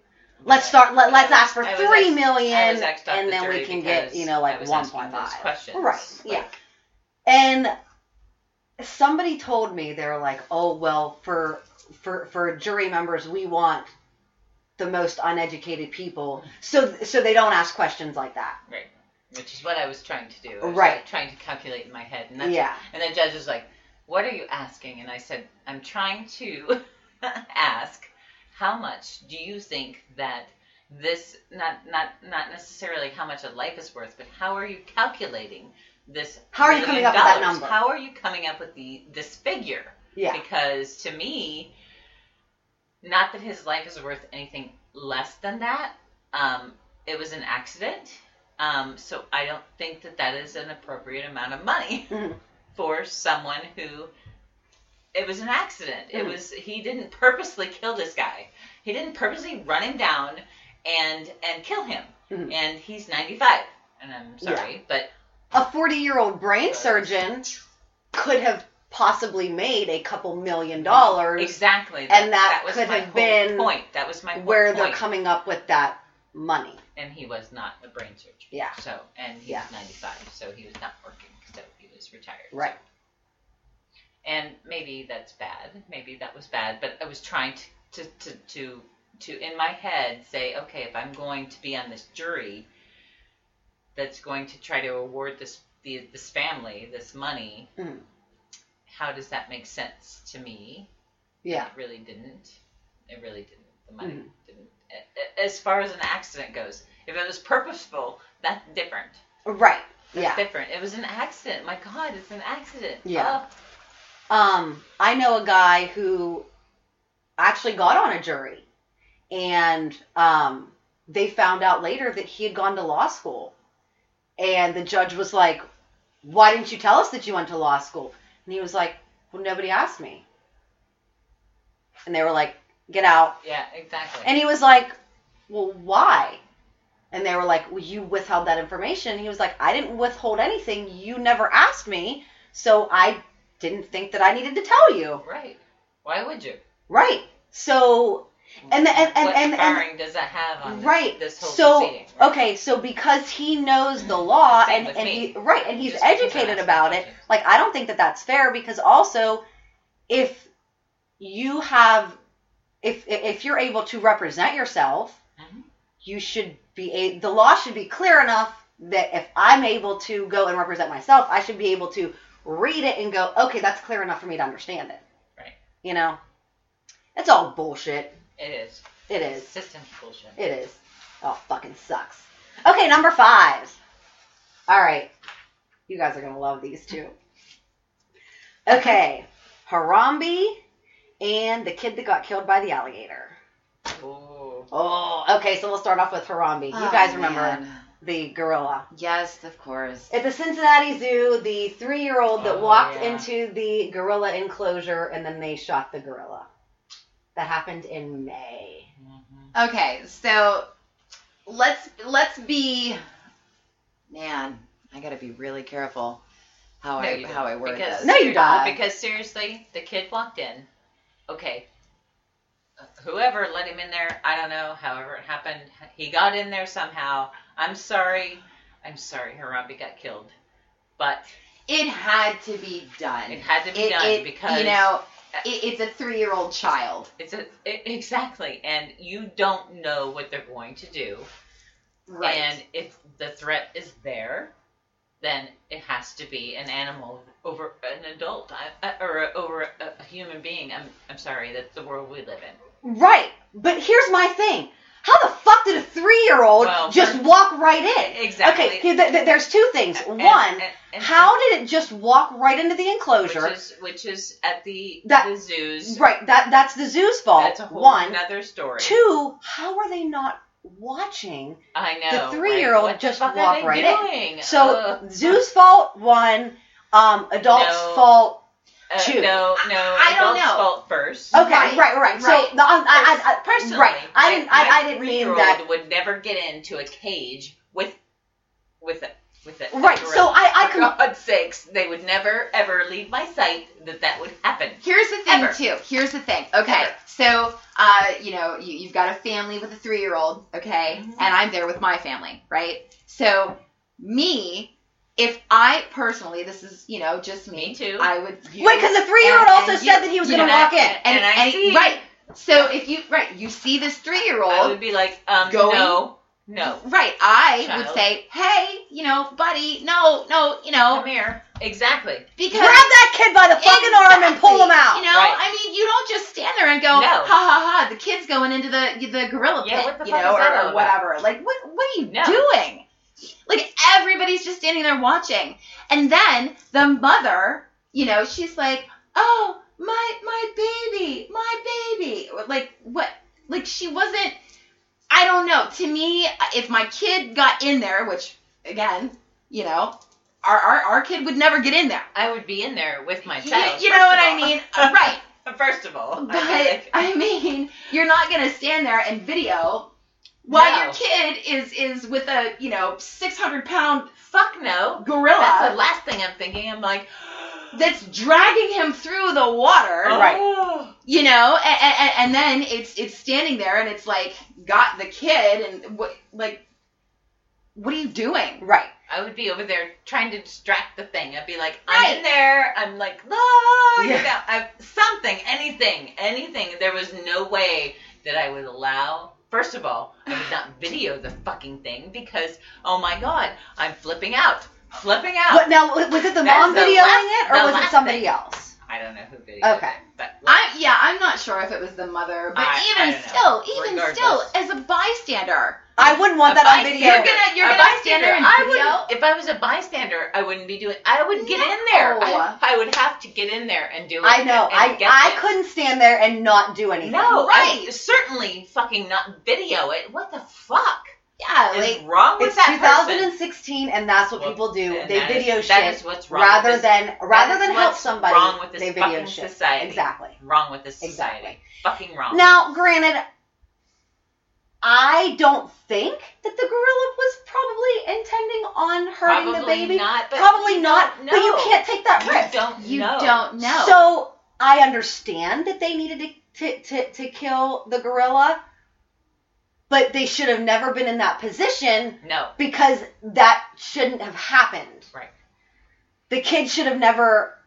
B: let's start. Let, let's ask for
C: I was
B: three
C: asked-
B: million,
C: I was asked off
B: and
C: the
B: then we
C: jury
B: can get
C: because
B: you know
C: I
B: like
C: was
B: one
C: asking
B: point
C: those
B: five.
C: questions.
B: Right. Yeah.
C: Like,
B: And somebody told me they were like, "Oh well, for for for jury members, we want the most uneducated people, so so they don't ask questions like that."
C: Right. Which is what I was trying to do. I was,
B: Right.
C: like, trying to calculate in my head, and that's
B: yeah.
C: And the judge was like, What are you asking? And I said, I'm trying to ask how much do you think that this not not not necessarily how much a life is worth, but how are you calculating this
B: How are you coming
C: million
B: up with that
C: dollars?
B: number?
C: How are you coming up with the this figure?
B: Yeah.
C: Because to me, not that his life is worth anything less than that. Um, it was an accident. Um, so I don't think that that is an appropriate amount of money
B: Mhm.
C: for someone who. It was an accident. It
B: Mhm.
C: was he didn't purposely kill this guy. He didn't purposely run him down and and kill him.
B: Mhm.
C: And he's 95. And I'm sorry, but
B: a 40 year old brain surgeon could have possibly made a couple million dollars
C: exactly.
B: And that could
C: my
B: have
C: whole
B: been
C: point. That was my whole
B: where they're
C: point.
B: coming up with that money.
C: and he was not a brain surgeon.
B: Yeah.
C: So, and he's
B: Yeah.
C: 95, so he was not working, so he was retired.
B: Right.
C: And maybe that's bad. Maybe that was bad, but I was trying to, to, to, to, to in my head, say, okay, if I'm going to be on this jury that's going to try to award this the, this family this money,
B: Mm.
C: how does that make sense to me?
B: Yeah. Mm.
C: It really didn't. It really didn't. The money didn't. A- a- As far as an accident goes, if it was purposeful, that's different.
B: Right.
C: That's
B: Yeah.
C: different. It was an accident. My God, it's an accident.
B: Yeah.
C: Oh,
B: Um, I know a guy who actually got on a jury and um, they found out later that he had gone to law school. And the judge was like, Why didn't you tell us that you went to law school? And he was like, Well, nobody asked me. And they were like, Get out.
C: yeah, exactly.
B: And he was like, Well, why? And they were like, Well, you withheld that information. And he was like, I didn't withhold anything. You never asked me. So I didn't think that I needed to tell you.
C: right. Why would you?
B: Right. So, And the- and- and-
C: what
B: and- and-
C: bearing does that have on this-
B: right.
C: this, whole
B: so,
C: proceeding? Right.
B: okay. So, because he knows the law
C: Same
B: and,
C: with
B: and
C: me.
B: he, right, and he's
C: Just because I
B: educated
C: asked
B: about
C: that
B: it,
C: question.
B: like, I don't think that that's fair because also, if you have, if, if you're able to represent yourself,
C: Mhm.
B: you should be a, the law should be clear enough that if I'm able to go and represent myself, I should be able to read it and go, okay, that's clear enough for me to understand it.
C: Right.
B: You know, it's all bullshit.
C: It is.
B: It is.
C: System bullshit.
B: It is. Oh, fucking sucks. Okay, number five. All right, you guys are gonna love these two. Okay, Harambe and the kid that got killed by the alligator.
C: Ooh.
B: Oh, okay. So we'll start off with Harambe. You
D: Oh,
B: guys remember
D: man.
B: the gorilla?
D: Yes, of course.
B: At the Cincinnati Zoo, the three-year-old that
C: Oh,
B: walked
C: yeah.
B: into the gorilla enclosure and then they shot the gorilla. That happened in May.
C: Mhm.
D: Okay, so let's let's be man, I gotta be really careful how
C: No,
D: I
C: you
D: how I
C: don't.
D: word
C: Because-
D: this.
B: No, you
C: Uh,
B: don't.
C: because seriously, the kid walked in. Okay. Whoever let him in there, I don't know. However it happened, he got in there somehow. I'm sorry. I'm sorry Harambe got killed. But
D: It had to be done.
C: it had to be done because
D: you know it, it's a three year old child.
C: it's a, it, exactly, and you don't know what they're going to do.
D: Right.
C: And if the threat is there, then it has to be an animal over an adult I, I- or over a, a human being. I'm I'm sorry. That's the world we live in.
B: Right. But here's my thing. How the fuck did a three year old
C: Well,
B: just
C: first-
B: walk right in?
C: Exactly.
B: Okay, th- th- there's two things.
C: And-
B: One,
C: and- and-
B: how did it just walk right into the enclosure?
C: Which is, which is at the,
B: That-
C: the zoos.
B: right, that that's the zoo's fault.
C: That's a whole
B: One,
C: another story.
B: two. How are they not watching?
C: I know.
B: the three-year-old
C: like, what
B: just
C: the fuck
B: walked
C: are they
B: right in.
C: doing?
B: So
C: Ugh.
B: zoo's fault. One, um, adults'
C: No.
B: fault.
C: Uh,
B: two. Oh,
C: No, no.
E: I- I don't
C: adults'
E: know.
C: fault first.
B: Okay, right,
E: Right,
B: right, right. So
E: right.
B: the, um, I, I, I,
C: Personally,
B: right. I
C: my-
B: didn't, I,
C: my
B: I didn't mean
C: three-year-old
B: that.
C: Would never get into a cage with, with it, with it.
B: Right. So I, I
C: For
B: com-
C: God's sakes, they would never ever leave my sight that that would happen.
D: Here's the thing,
C: Ever.
D: too. Here's the thing. Okay,
C: Ever.
D: so uh, you know, you, you've got a family with a three-year-old, okay,
C: Mhm.
D: and I'm there with my family, right? So, me, if I personally, this is you know just me,
C: Me too.
D: I would
B: Wait, because the three-year-old
D: and-
B: also
D: and
B: said
D: you-
B: that he was
D: you
B: going to
C: know,
B: walk in.
D: and,
C: And I
D: and-
C: see.
D: right. So if you right, you see this
C: I
B: Oh.
D: three-year-old,
C: would be like, um,
D: Going-
C: no, no.
D: right? I would
C: Child.
D: say, hey, you know, buddy, no, no, you know,
C: Come here. Exactly.
D: because
B: Grab that kid by the fucking arm and pull him
D: Exactly.
B: out.
D: You know,
C: Right.
D: I mean, you don't just stand there and go,
C: No.
D: ha ha ha, the kid's going into the the gorilla
C: Yeah,
D: pit,
C: what the
D: you
C: fuck
D: know,
C: is that
D: or,
C: all
D: or
C: about?
D: whatever. Like, what what are you
C: No.
D: doing? Like everybody's just standing there watching, and then the mother, you know, she's like, oh my my baby, my baby, like what? Like she wasn't. I don't know. To me, if my kid got in there, which again, you know, our our, our kid would never get in there.
C: I would be in there with my
D: You,
C: child.
D: you
C: first
D: know what
C: of
D: I
C: all.
D: mean? right.
C: First of all,
D: But
C: I mean, like,
D: I mean, you're not gonna stand there and video while
C: No.
D: your kid is is with a you know 600 pound
C: fuck no. That's the
D: gorilla
C: last thing I'm thinking. I'm like,
D: that's dragging him through the water,
C: Oh. right.
D: you know, and, and, and then it's it's standing there and it's like got the kid and what like what are you doing?
B: Right.
C: I would be over there trying to distract the thing. I'd be like,
D: Right.
C: I'm in there. I'm like, look,
B: Yeah.
C: you know, I, something, anything, anything. There was no way that I would allow. First of all, I would not video the fucking thing because, oh my god, I'm flipping out, flipping out.
B: But now, w- was it the
C: That's
B: mom
C: the
B: videoing
C: last-
B: it, or
C: the
B: was it
C: last
B: somebody
C: thing.
B: else?
C: I don't know who videoed
B: Okay.
C: it, but
D: I yeah, I'm not sure if it was the mother, but
C: I- I
D: even
C: don't know.
D: still, even
C: Regardless.
D: still, as a bystander,
B: I wouldn't want
C: A
B: that on
C: bystander.
B: video.
D: You're gonna you're
C: a
D: gonna stand there and
C: I
D: video.
C: would. If I was a bystander, I wouldn't be doing. I would get in there. I, I would have to get in there and do it.
B: I know.
C: And,
B: I
C: and get
B: I
C: them.
B: couldn't stand there and not do anything.
C: No,
D: Right.
C: I certainly fucking not video it. What the fuck
D: Yeah,
C: is
D: like
C: wrong with
B: It's
C: that person?
B: 2016, and that's what
C: Well,
B: people do.
C: And
B: They
C: that is-
B: video
C: That is
B: shit
C: what's wrong.
B: rather
C: with this,
B: than rather
C: is
B: than help
C: what's
B: somebody.
C: wrong with this
B: they video
C: fucking
B: shit.
C: society.
B: Exactly.
C: wrong with this society.
B: Exactly.
C: Fucking wrong.
B: Now, granted, I don't think that the gorilla was probably intending on hurting
C: probably
B: the baby.
C: not. But
B: probably
C: you
B: not.
C: don't
B: But you
C: know.
B: can't take that
C: You
B: risk.
C: don't
D: you
C: know.
D: don't know.
B: So I understand that they needed to to, to, to kill the gorilla, but they should have never been in that position
C: No.
B: because that shouldn't have happened.
C: Right.
B: The kid should have never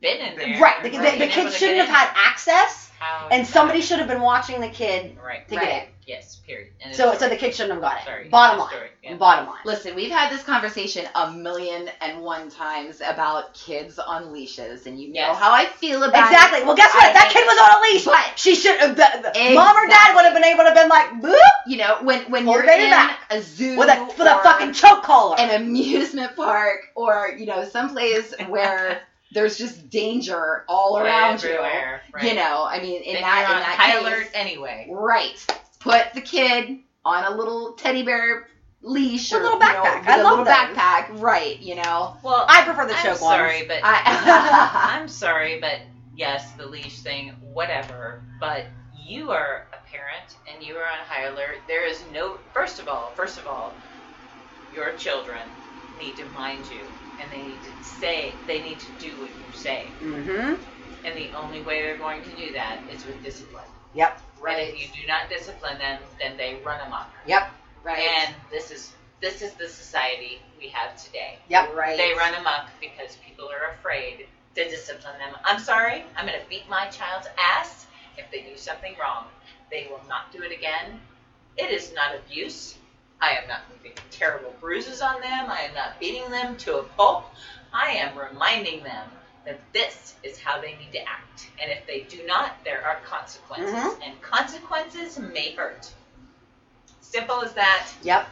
C: Been in there.
B: right. The, the-
C: Right.
B: the
C: Been able
B: kid
C: to
B: shouldn't
C: get
B: have
C: in.
B: had access,
C: How is
B: and
C: that?
B: somebody should have been watching the kid
C: Right.
B: to
D: Right.
B: get it.
C: Yes. Period. And
B: So
C: it's
B: so the kid shouldn't have got it.
C: Sorry, end
B: Bottom
C: of
B: line.
C: story, yeah.
B: Bottom line.
D: Listen, we've had this conversation a million and one times about kids on leashes, and you know
C: Yes.
D: how I feel about
B: Exactly.
D: it.
B: Well, guess
D: I
B: what? That
D: think-
B: kid was on a leash.
D: But
B: She should have. The, the, Mom or dad
D: Exactly.
B: would have been able to have been like, boop,
D: you know when when
B: Pull
D: you're
B: the baby
D: in
B: back.
D: a zoo
B: with a with a
D: or
B: fucking choke collar.
D: an amusement park or you know someplace where there's just danger all around
C: everywhere.
D: you.
C: Right.
D: You know, I mean, in
C: Then
D: that
C: you're
D: in
C: on
D: that
C: high
D: case,
C: alert anyway.
D: Right. Put the kid on a little teddy bear leash
B: A
D: or
B: little
D: you know,
B: backpack.
D: with
B: I
D: a
B: love
D: little
B: those.
D: backpack. Right. You know.
C: Well,
B: I prefer the
C: I'm
B: choke
C: sorry,
B: ones.
C: but
D: I.
C: I'm sorry, but yes, the leash thing, whatever. But you are a parent and you are on high alert. There is no. First of all, first of all, your children need to mind you, and they need to say they need to do what you say.
B: Mm-hmm.
C: And the only way they're going to do that is with discipline.
B: Yep.
C: And if you do not discipline them, then they run amok.
B: Yep.
D: Right.
C: And this is this is the society we have today.
B: Yep.
D: Right.
C: They run amok because people are afraid to discipline them. I'm sorry, I'm going to beat my child's ass if they do something wrong. They will not do it again. It is not abuse. I am not leaving terrible bruises on them. I am not beating them to a pulp. I am reminding them that this is how they need to act. And if they do not, there are consequences. And consequences may hurt. Simple as that.
B: Yep.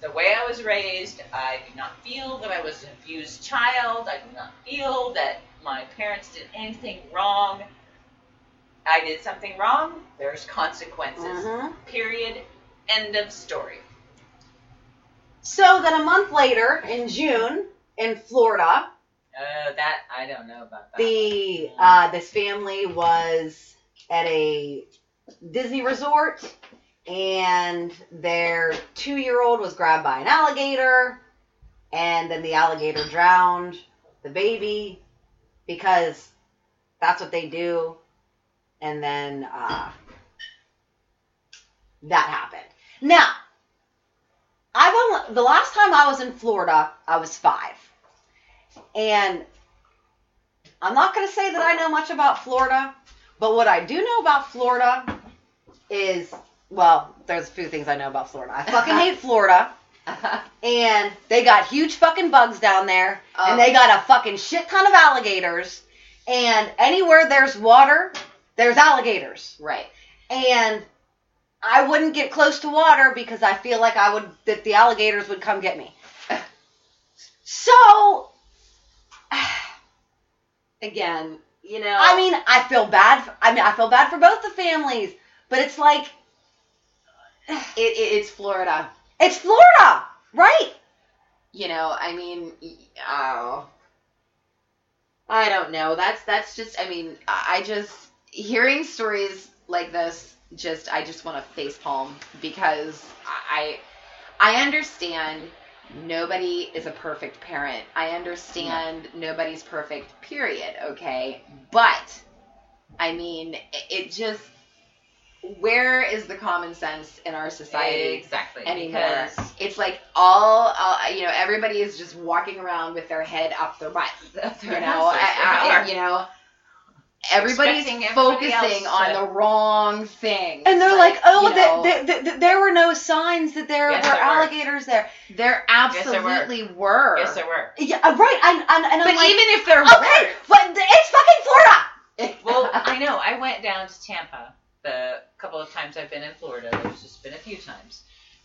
C: The way I was raised, I do not feel that I was an abused child. I do not feel that my parents did anything wrong. I did something wrong. There's consequences.
B: Mhm.
C: Period. End of story.
B: So then a month later, in June, in Florida,
C: Uh, that I don't know about that.
B: the uh, this family was at a Disney resort, and their two-year-old was grabbed by an alligator, and then the alligator drowned the baby because that's what they do, and then uh, that happened. Now, I've only, the last time I was in Florida, I was five, and I'm not going to say that I know much about Florida, but what I do know about Florida is well, there's a few things I know about Florida. I fucking hate Florida, and they got huge fucking bugs down there, and they got a fucking shit ton of alligators, and anywhere there's water, there's alligators.
D: right.
B: And I wouldn't get close to water because I feel like I would that the alligators would come get me. So
D: Again, you know.
B: I mean, I feel bad. For, I mean, I feel bad for both the families, but it's like
D: it, it, it's Florida.
B: it's Florida, right?
D: You know, I mean, y- oh, I don't know. That's that's just. I mean, I I just hearing stories like this. Just, I just want to face palm because I, I understand nobody is a perfect parent. I understand nobody's perfect. Period. Okay, but I mean, it- it just. Where is the common sense in our society?
C: exactly
D: anymore.
C: because
D: It's like all, all you know, everybody is just walking around with their head up their butt. You know, I- I-
C: They are.
D: you know, everybody's
C: Expecting everybody
D: focusing
C: else
D: on
C: to-
D: the wrong thing.
B: And they're like, oh,
D: you
B: that
D: know,
B: that- that- that there were no signs that there
C: Yes,
B: were
C: there were.
B: alligators there.
D: there
C: Yes, there were.
D: absolutely were.
C: yes, there were.
B: Yeah, uh, right. And and, and I'm
D: But
B: like, "Oh,
D: even if there
B: okay, but it's fucking Florida.
D: were,
C: Well, I know. I went down to Tampa the couple of times I've been in Florida. There's just been a few times.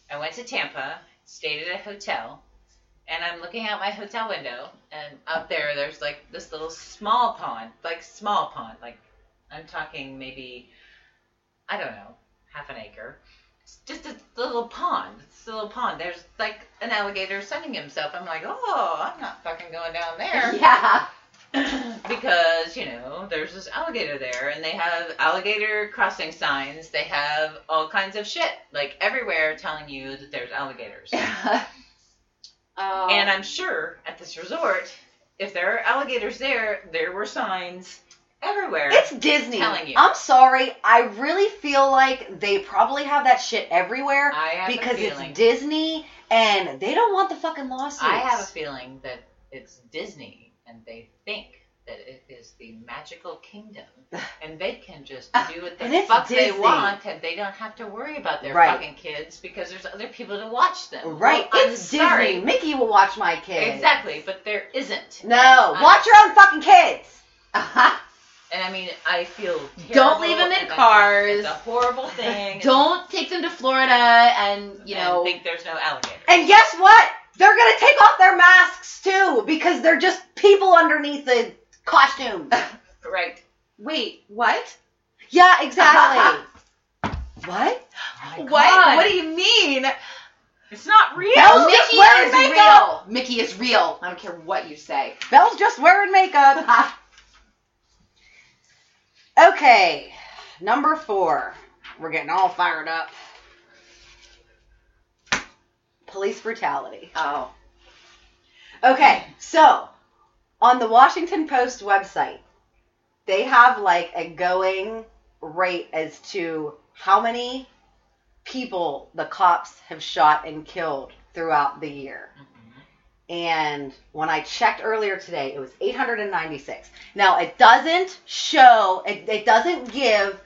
C: I went to Tampa, stayed at a hotel, and I'm looking out my hotel window, and out there, there's like this little small pond, like small pond, like I'm talking maybe, I don't know, half an acre. It's just a little pond. It's a little pond. There's like an alligator sunning himself. I'm like, oh, I'm not fucking going down there
D: yeah,
C: because you know there's this alligator there and they have alligator crossing signs they have all kinds of shit like everywhere telling you that there's alligators
D: oh,
C: and i'm sure at this resort if there are alligators there there were signs everywhere
B: It's Disney.
C: Telling you.
B: I'm sorry. I really feel like they probably have that shit everywhere
C: i have
B: because
C: a feeling
B: it's Disney, and they don't want the fucking lawsuits.
C: i have a feeling that it's disney and they think that it is the magical kingdom and they can just do what
B: Uh, And
C: the
B: it's
C: fuck
B: Disney.
C: they want and they don't have to worry about their
B: Right.
C: fucking kids because there's other people to watch them
B: Right,
C: Well, I'm
B: it's
C: sorry.
B: Disney. Mickey will watch my kids.
C: Exactly, but there isn't.
B: No,
C: And I-
B: watch your own fucking kids.
C: And I mean, I feel terrible
D: Don't leave 'em in
C: and I think
D: cars.
C: It's a horrible thing.
D: don't take them to Florida and you
C: and
D: know.
C: think there's no alligator.
B: And guess what? They're gonna take off their masks too because they're just people underneath the costume.
C: right?
D: wait, what?
B: yeah, exactly. what?
D: What? What do you mean?
C: It's not real.
B: That was-
D: Oh, Mickey
B: wearing
D: is
B: makeup.
D: real. Mickey is real. I don't care what you say.
B: Belle's just wearing makeup. Okay, number four. We're getting all fired up. Police brutality.
D: oh.
B: Okay, so on the Washington Post website, they have like a going rate as to how many people the cops have shot and killed throughout the year. And when I checked earlier today, it was 896. Now, it doesn't show, it, it doesn't give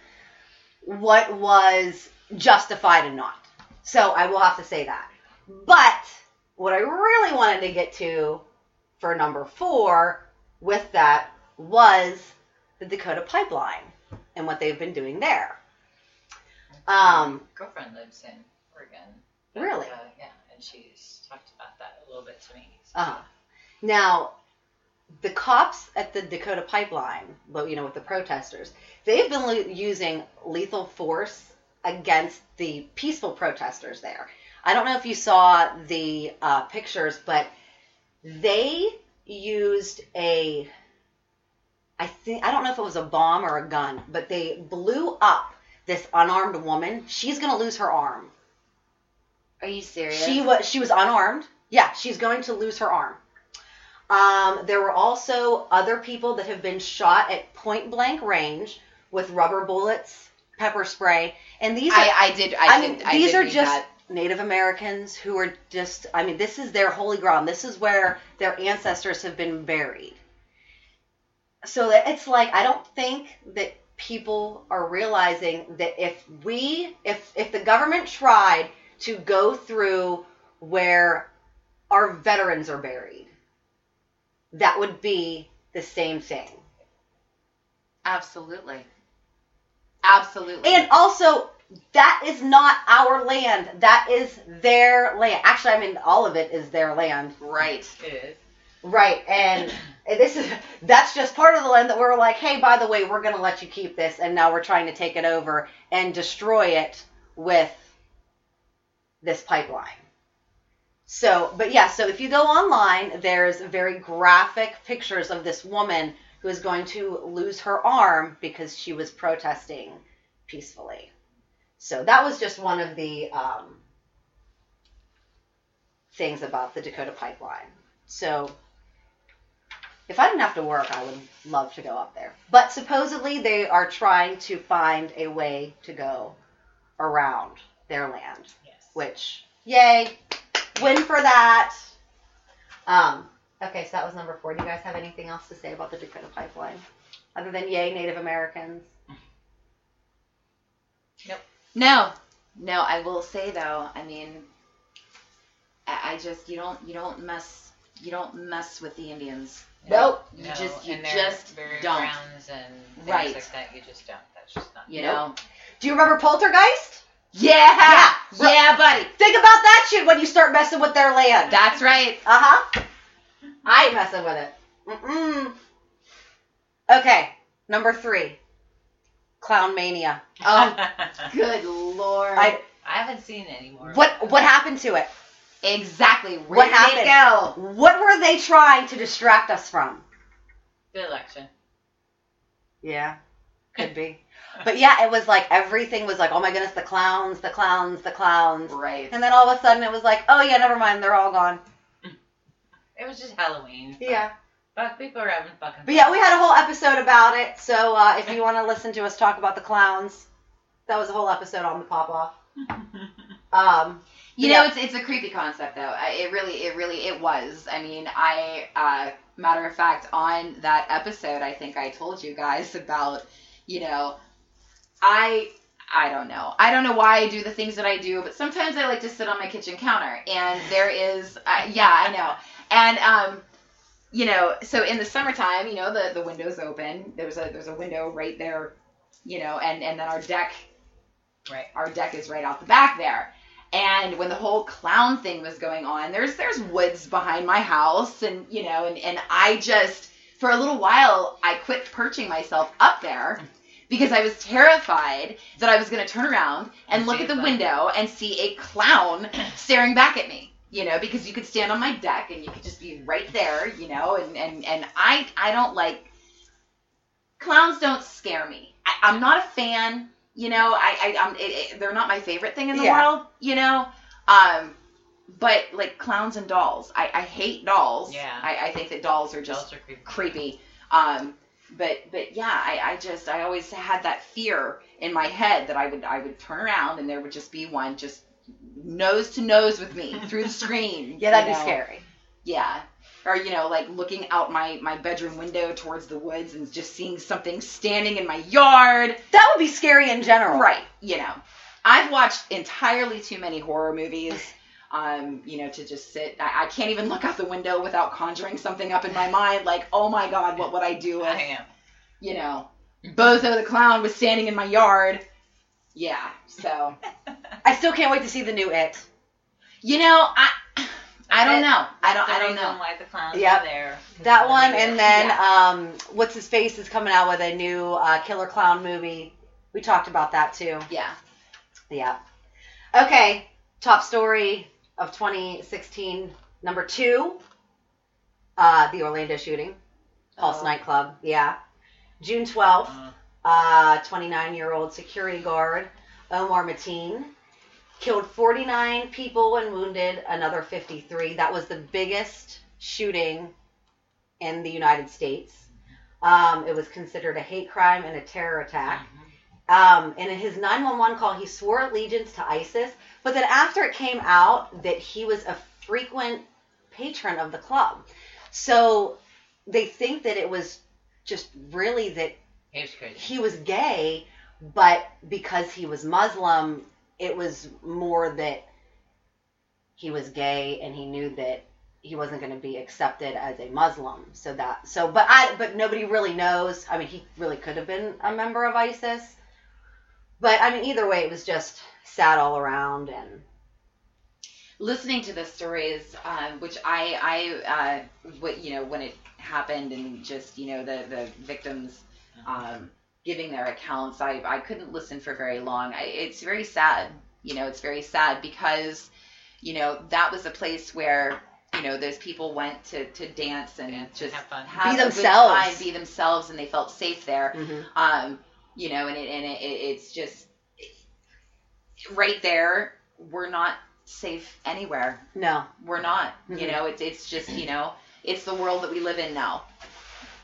B: what was justified and not. So I will have to say that. But what I really wanted to get to for number four with that was the Dakota pipeline and what they've been doing there. Um,
C: girlfriend lives in Oregon.
B: really.
C: Uh, yeah, and she's talked about that a little bit to me. So.
B: Uh, now, the cops at the Dakota Pipeline, but you know, with the protesters, they've been lo- using lethal force against the peaceful protesters there. I don't know if you saw the uh, pictures, but they used a, I think I don't know if it was a bomb or a gun, but they blew up this unarmed woman. She's gonna lose her arm.
D: Are you serious?
B: She was she was unarmed. Yeah, she's going to lose her arm. Um, there were also other people that have been shot at point blank range with rubber bullets, pepper spray, and these are
D: I, I did. I,
B: I
D: did.
B: mean,
D: I
B: these
D: did
B: are
D: read
B: just
D: that.
B: Native Americans who are just, I mean, this is their holy ground. This is where their ancestors have been buried. So that it's like, I don't think that people are realizing that if we, if, if the government tried to go through where our veterans are buried, that would be the same thing.
D: absolutely, absolutely.
B: And also, that is not our land. That is their land. Actually, I mean, all of it is their land.
D: right.
C: It is.
B: Right. And this is that's just part of the land that we're like, hey, by the way, we're going to let you keep this, and now we're trying to take it over and destroy it with this pipeline. So, but yeah, so if you go online, there's very graphic pictures of this woman who is going to lose her arm because she was protesting peacefully. So that was just one of the um, things about the Dakota pipeline. So if I didn't have to work, I would love to go up there. But supposedly they are trying to find a way to go around their land
C: Yes.
B: which yay win for that um okay so that was number four do you guys have anything else to say about the dakota pipeline other than yay native americans
D: No, no. I will say though. I mean, I, I just you don't you don't mess you don't mess with the Indians.
B: Nope.
D: You
C: No,
D: just you
C: and their
D: just
C: burial
D: don't.
C: grounds and things
D: Right.
C: like that. You just don't. That's just not.
D: You
B: Nope.
D: know.
B: do you remember poltergeist
D: Yeah,
B: Yeah.
D: yeah, buddy.
B: think about that shit when you start messing with their land
D: That's right.
B: uh-huh i ain't messing with it Mm-mm. okay number three clown mania
D: Oh,
C: I
D: good lord.
B: I,
C: haven't seen any more. of
B: Um, what what happened to it
D: exactly. Where
B: What
D: did they go?
B: what were they trying to distract us from
C: The election.
B: Yeah, could be. But yeah, it was like everything was like, oh my goodness, the clowns, the clowns, the clowns.
D: Right.
B: And then all of a sudden it was like, oh yeah, never mind, they're all gone.
C: It was just Halloween.
B: Yeah.
C: Fuck, people are having fucking.
B: But yeah, we had a whole episode about it. So uh, if you want to listen to us talk about the clowns, that was a whole episode on the pop off. Um,
D: You
B: Yeah.
D: know, it's it's a creepy concept though. I- It really, it really, it was. I mean, I uh, matter of fact, on that episode, I think I told you guys about. You know, I I don't know. I don't know why I do the things that I do, but sometimes I like to sit on my kitchen counter, and there is, uh, yeah, I know, and um. You know, so in the summertime, you know the, the windows open. There's a there's a window right there, you know, and and then our deck,
C: Right.
D: Our deck is right out the back there and when the whole clown thing was going on there's there's woods behind my house and you know and, and i just for a little while i quit perching myself up there because i was terrified that i was going to turn around and
C: And
D: look
C: see
D: at
C: a
D: the
C: clown.
D: window and see a clown staring back at me you know because you could stand on my deck and you could just be right there you know and and, and i i don't like clowns don't scare me I, i'm not a fan you know i, I i'm it, it, they're not my favorite thing in the
B: Yeah.
D: world you know um but like clowns and dolls i, I hate dolls
C: Yeah.
D: I, I think that dolls are just
C: Adults are creepy.
D: creepy um but but yeah I, I just i always had that fear in my head that i would i would turn around and there would just be one just nose to nose with me through the screen
B: yeah, that'd
D: you
B: be
D: know?
B: scary.
D: Yeah. Or, you know, like looking out my, my bedroom window towards the woods and just seeing something standing in my yard.
B: That would be scary in general.
D: Right. You know, I've watched entirely too many horror movies, um, you know, to just sit. I, I can't even look out the window without conjuring something up in my mind like, oh my God, what would I do
C: I
D: if,
C: am.
D: you know, Bozo the Clown was standing in my yard? Yeah. So
B: I still can't wait to see the new It.
D: you know, I I don't
C: It-
D: know. I don't
C: The
D: I don't
C: reason
D: know.
C: Why the clowns
B: Yep.
C: are there. 'Cause
B: That
C: they're
B: one,
C: there.
B: and then um, what's his face is coming out with a new uh, killer clown movie. We talked about that too.
D: Yeah.
B: Yeah. Okay. Top story of 2016, number two, uh, the Orlando shooting, Pulse
D: Oh.
B: nightclub. Yeah. June 12th, uh, 29 year old security guard Omar Mateen killed 49 people and wounded another 53. That was the biggest shooting in the United States. Um, it was considered a hate crime and a terror attack.
C: Mm-hmm.
B: Um, and in his 911 call, he swore allegiance to ISIS, but then after it came out that he was a frequent patron of the club. So they think that it was just really that
C: He was crazy.
B: he was gay, but because he was Muslim, it was more that he was gay and he knew that he wasn't going to be accepted as a Muslim. So that so but I but nobody really knows. I mean, he really could have been a member of ISIS. But I mean, either way, it was just sad all around and
D: Listening to the stories, um, which I I uh, what you know when it happened and just you know the the victims
C: Uh-huh.
D: um, giving their accounts. I, I couldn't listen for very long. I, it's very sad. You know, it's very sad because, you know, that was a place where, you know, those people went to, to dance and
C: Dance and
D: just
C: have fun.
D: have
B: Be
D: a good
B: themselves.
D: time, be themselves, and they felt safe there. Um, you know, and, it, and it, it, it's just right there, we're not safe anywhere
B: no.
D: we're not you
B: Mhm.
D: know it's it's just you know it's the world that we live in now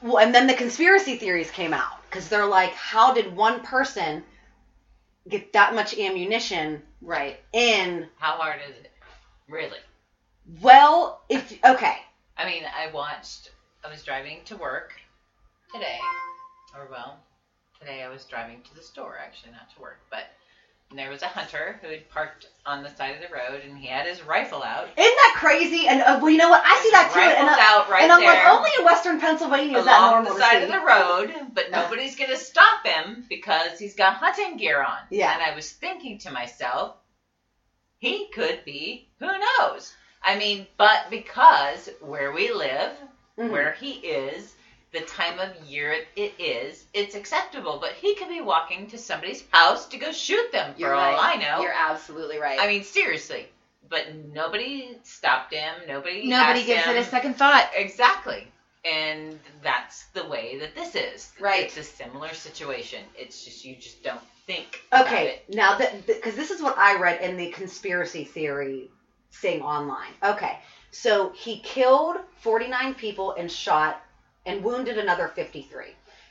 B: Well, and then the conspiracy theories came out because they're like, how did one person get that much ammunition
D: right
B: in?
C: How hard is it? Really?
B: Well, if okay,
C: I mean, I watched. I was driving to work today, or well, today I was driving to the store actually, not to work, but and there was a hunter who had parked on the side of the road, and he had his rifle out.
B: Isn't that crazy? And uh, well, you know what? I see that too,
C: Rifles
B: and, I,
C: out right
B: and I'm
C: there
B: like, only in Western Pennsylvania is that
C: along
B: normal
C: the
B: to
C: side
B: see.
C: of the road, but nobody's gonna stop him because he's got hunting gear on.
B: Yeah.
C: And I was thinking to myself, he could be. Who knows? I mean, but because where we live.
D: Mm-hmm.
B: Mhm.
C: where he is, the time of year it is, it's acceptable. But he could be walking to somebody's house to go shoot them, for
D: You're
C: all
D: right.
C: I know.
D: you're absolutely right
C: I mean, seriously. But nobody stopped him. Nobody.
D: nobody
C: asked
D: gives
C: him.
D: it a second thought
C: Exactly. And that's the way that this is.
D: Right.
C: It's a similar situation. It's just you just don't think. About
B: Okay,
C: it.
B: now that because this is what I read in the conspiracy theory thing online. Okay, so he killed 49 people and shot and wounded another 53.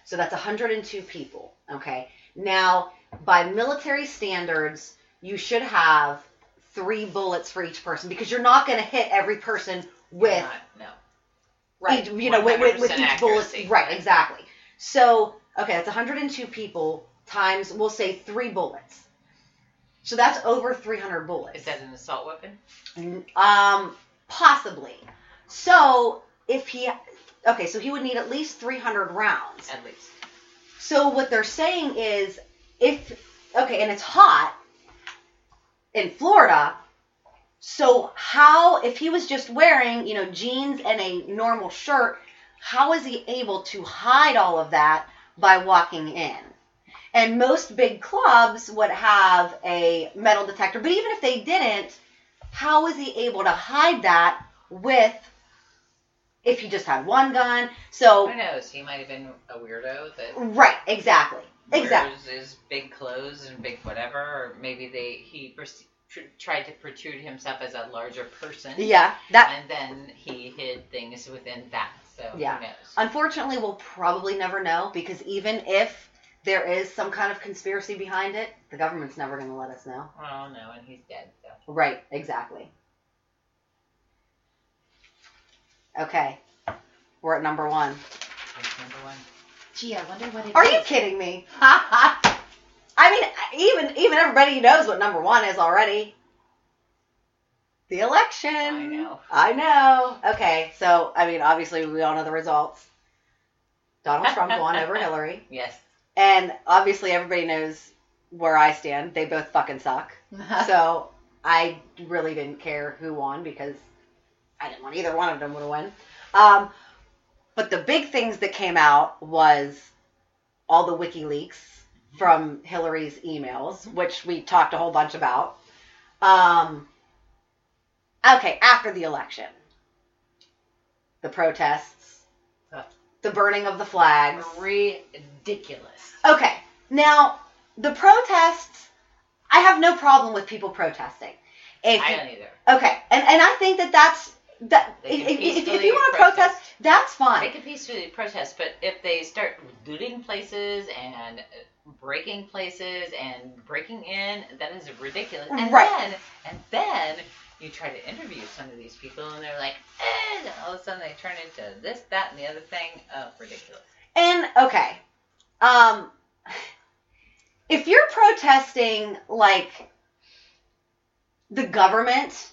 B: So that's 102 people. Okay, now by military standards, you should have three bullets for each person because you're not going to hit every person with
C: Not- no.
B: right. you know, with, with, with each
C: 100% accuracy.
B: bullet. Right, exactly. So, okay, that's 102 people times, we'll say three bullets. So that's over 300 bullets.
C: Is that an assault weapon?
B: Um, possibly. So if he, okay, so he would need at least 300 rounds.
C: At least.
B: So what they're saying is, if okay, and it's hot in Florida. So how if he was just wearing, you know, jeans and a normal shirt, how is he able to hide all of that by walking in? And most big clubs would have a metal detector, but even if they didn't, how is he able to hide that with if he just had one gun? So
D: Oh.
C: Who knows? He might have been a weirdo that
B: right, exactly. Exactly.
C: wears his big clothes and big whatever, or maybe they he pers- tr- tried to protrude himself as a larger person.
B: Yeah, that
C: And then he hid things within that. So
B: Yeah.
C: who knows?
B: unfortunately we'll probably never know because even if there is some kind of conspiracy behind it, the government's never going to let us know.
C: Oh no, and he's dead. So
B: Right, exactly. Okay, we're at number one.
C: that's number one.
D: gee i wonder what it
B: Are you
D: is.
B: kidding me? I mean, even even everybody knows what number one is already. The election.
C: I know.
B: I know. Okay, so I mean, obviously we all know the results. Donald Trump won over Hillary.
C: Yes.
B: And obviously, everybody knows where I stand, they both fucking suck. so I really didn't care who won because I didn't want either one of them to win. Um, but the big things that came out was all the WikiLeaks from Hillary's emails, which we talked a whole bunch about. Um, okay, after the election, the protests, the burning of the flags.
C: Ridiculous.
B: Okay, now the protests. I have no problem with people protesting. If
C: I don't either.
B: Okay, and and I think that that's that.
C: They
B: If,
C: can
B: if, if
C: peacefully
B: you want to protest,
C: protest.
B: that's
C: They
B: fine.
C: could peacefully protest, but if they start looting places and uh, breaking places and breaking in, that is ridiculous. And
B: Right.
C: then and then you try to interview some of these people and they're like, eh, and all of a sudden they turn into this, that, and the other thing. Oh, ridiculous.
B: And okay, um, if you're protesting like the government,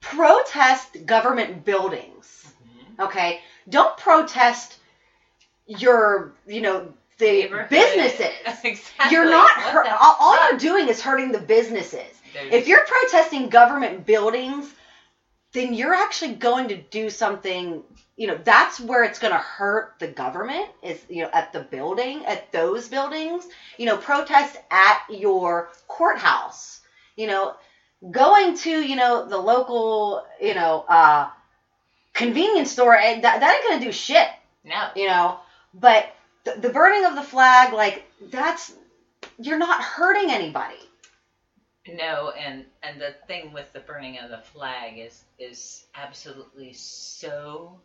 B: protest government buildings. Okay, don't protest your you know the
C: Neighborhood.
B: businesses.
C: exactly.
B: You're not
C: What
B: hurt.
C: the
B: All, all
C: fuck?
B: you're doing is hurting the businesses.
C: There's-
B: If you're protesting government buildings, then you're actually going to do something, you know, that's where it's going to hurt the government is, you know, at the building, at those buildings, you know, protest at your courthouse, you know, going to, you know, the local, you know, uh, convenience store, and that, that ain't going to do shit
C: no,
B: you know but the, the burning of the flag like that's you're not hurting anybody
C: No, and and the thing with the burning of the flag is is absolutely so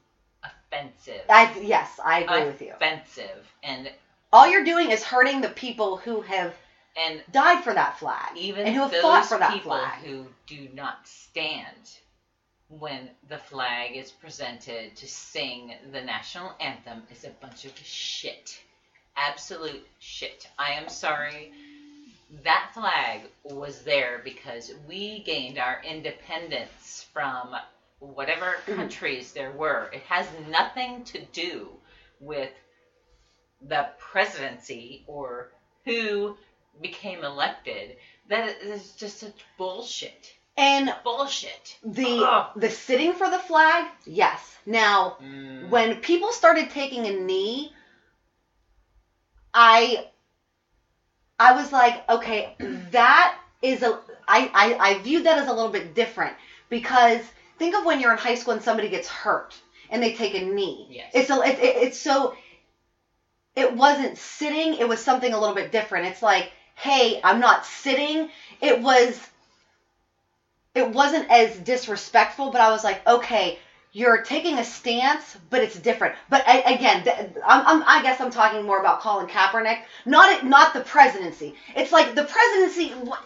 C: offensive.
B: i yes i agree with you
C: Offensive, and
B: all you're doing is hurting the people who have
C: and
B: died for that flag
C: even
B: and who have
C: those
B: fought for that
C: people
B: flag
C: who do not stand when the flag is presented to sing the national anthem is a bunch of shit. Absolute shit. I am sorry. That flag was there because we gained our independence from whatever countries there were. It has nothing to do with the presidency or who became elected. That is just such bullshit.
B: and
C: Bullshit.
B: the
C: Ugh.
B: the sitting for the flag yes now
C: Mm.
B: when people started taking a knee i i was like okay that is a I, I i viewed that as a little bit different because think of when you're in high school and somebody gets hurt and they take a knee
C: Yes.
B: it's a it, it, it's so it wasn't sitting it was something a little bit different it's like hey i'm not sitting it was it wasn't as disrespectful but i was like okay you're taking a stance, but it's different. But I, again, th- I'm, I'm, I guess I'm talking more about Colin Kaepernick, not it- not the presidency. It's like the presidency, what,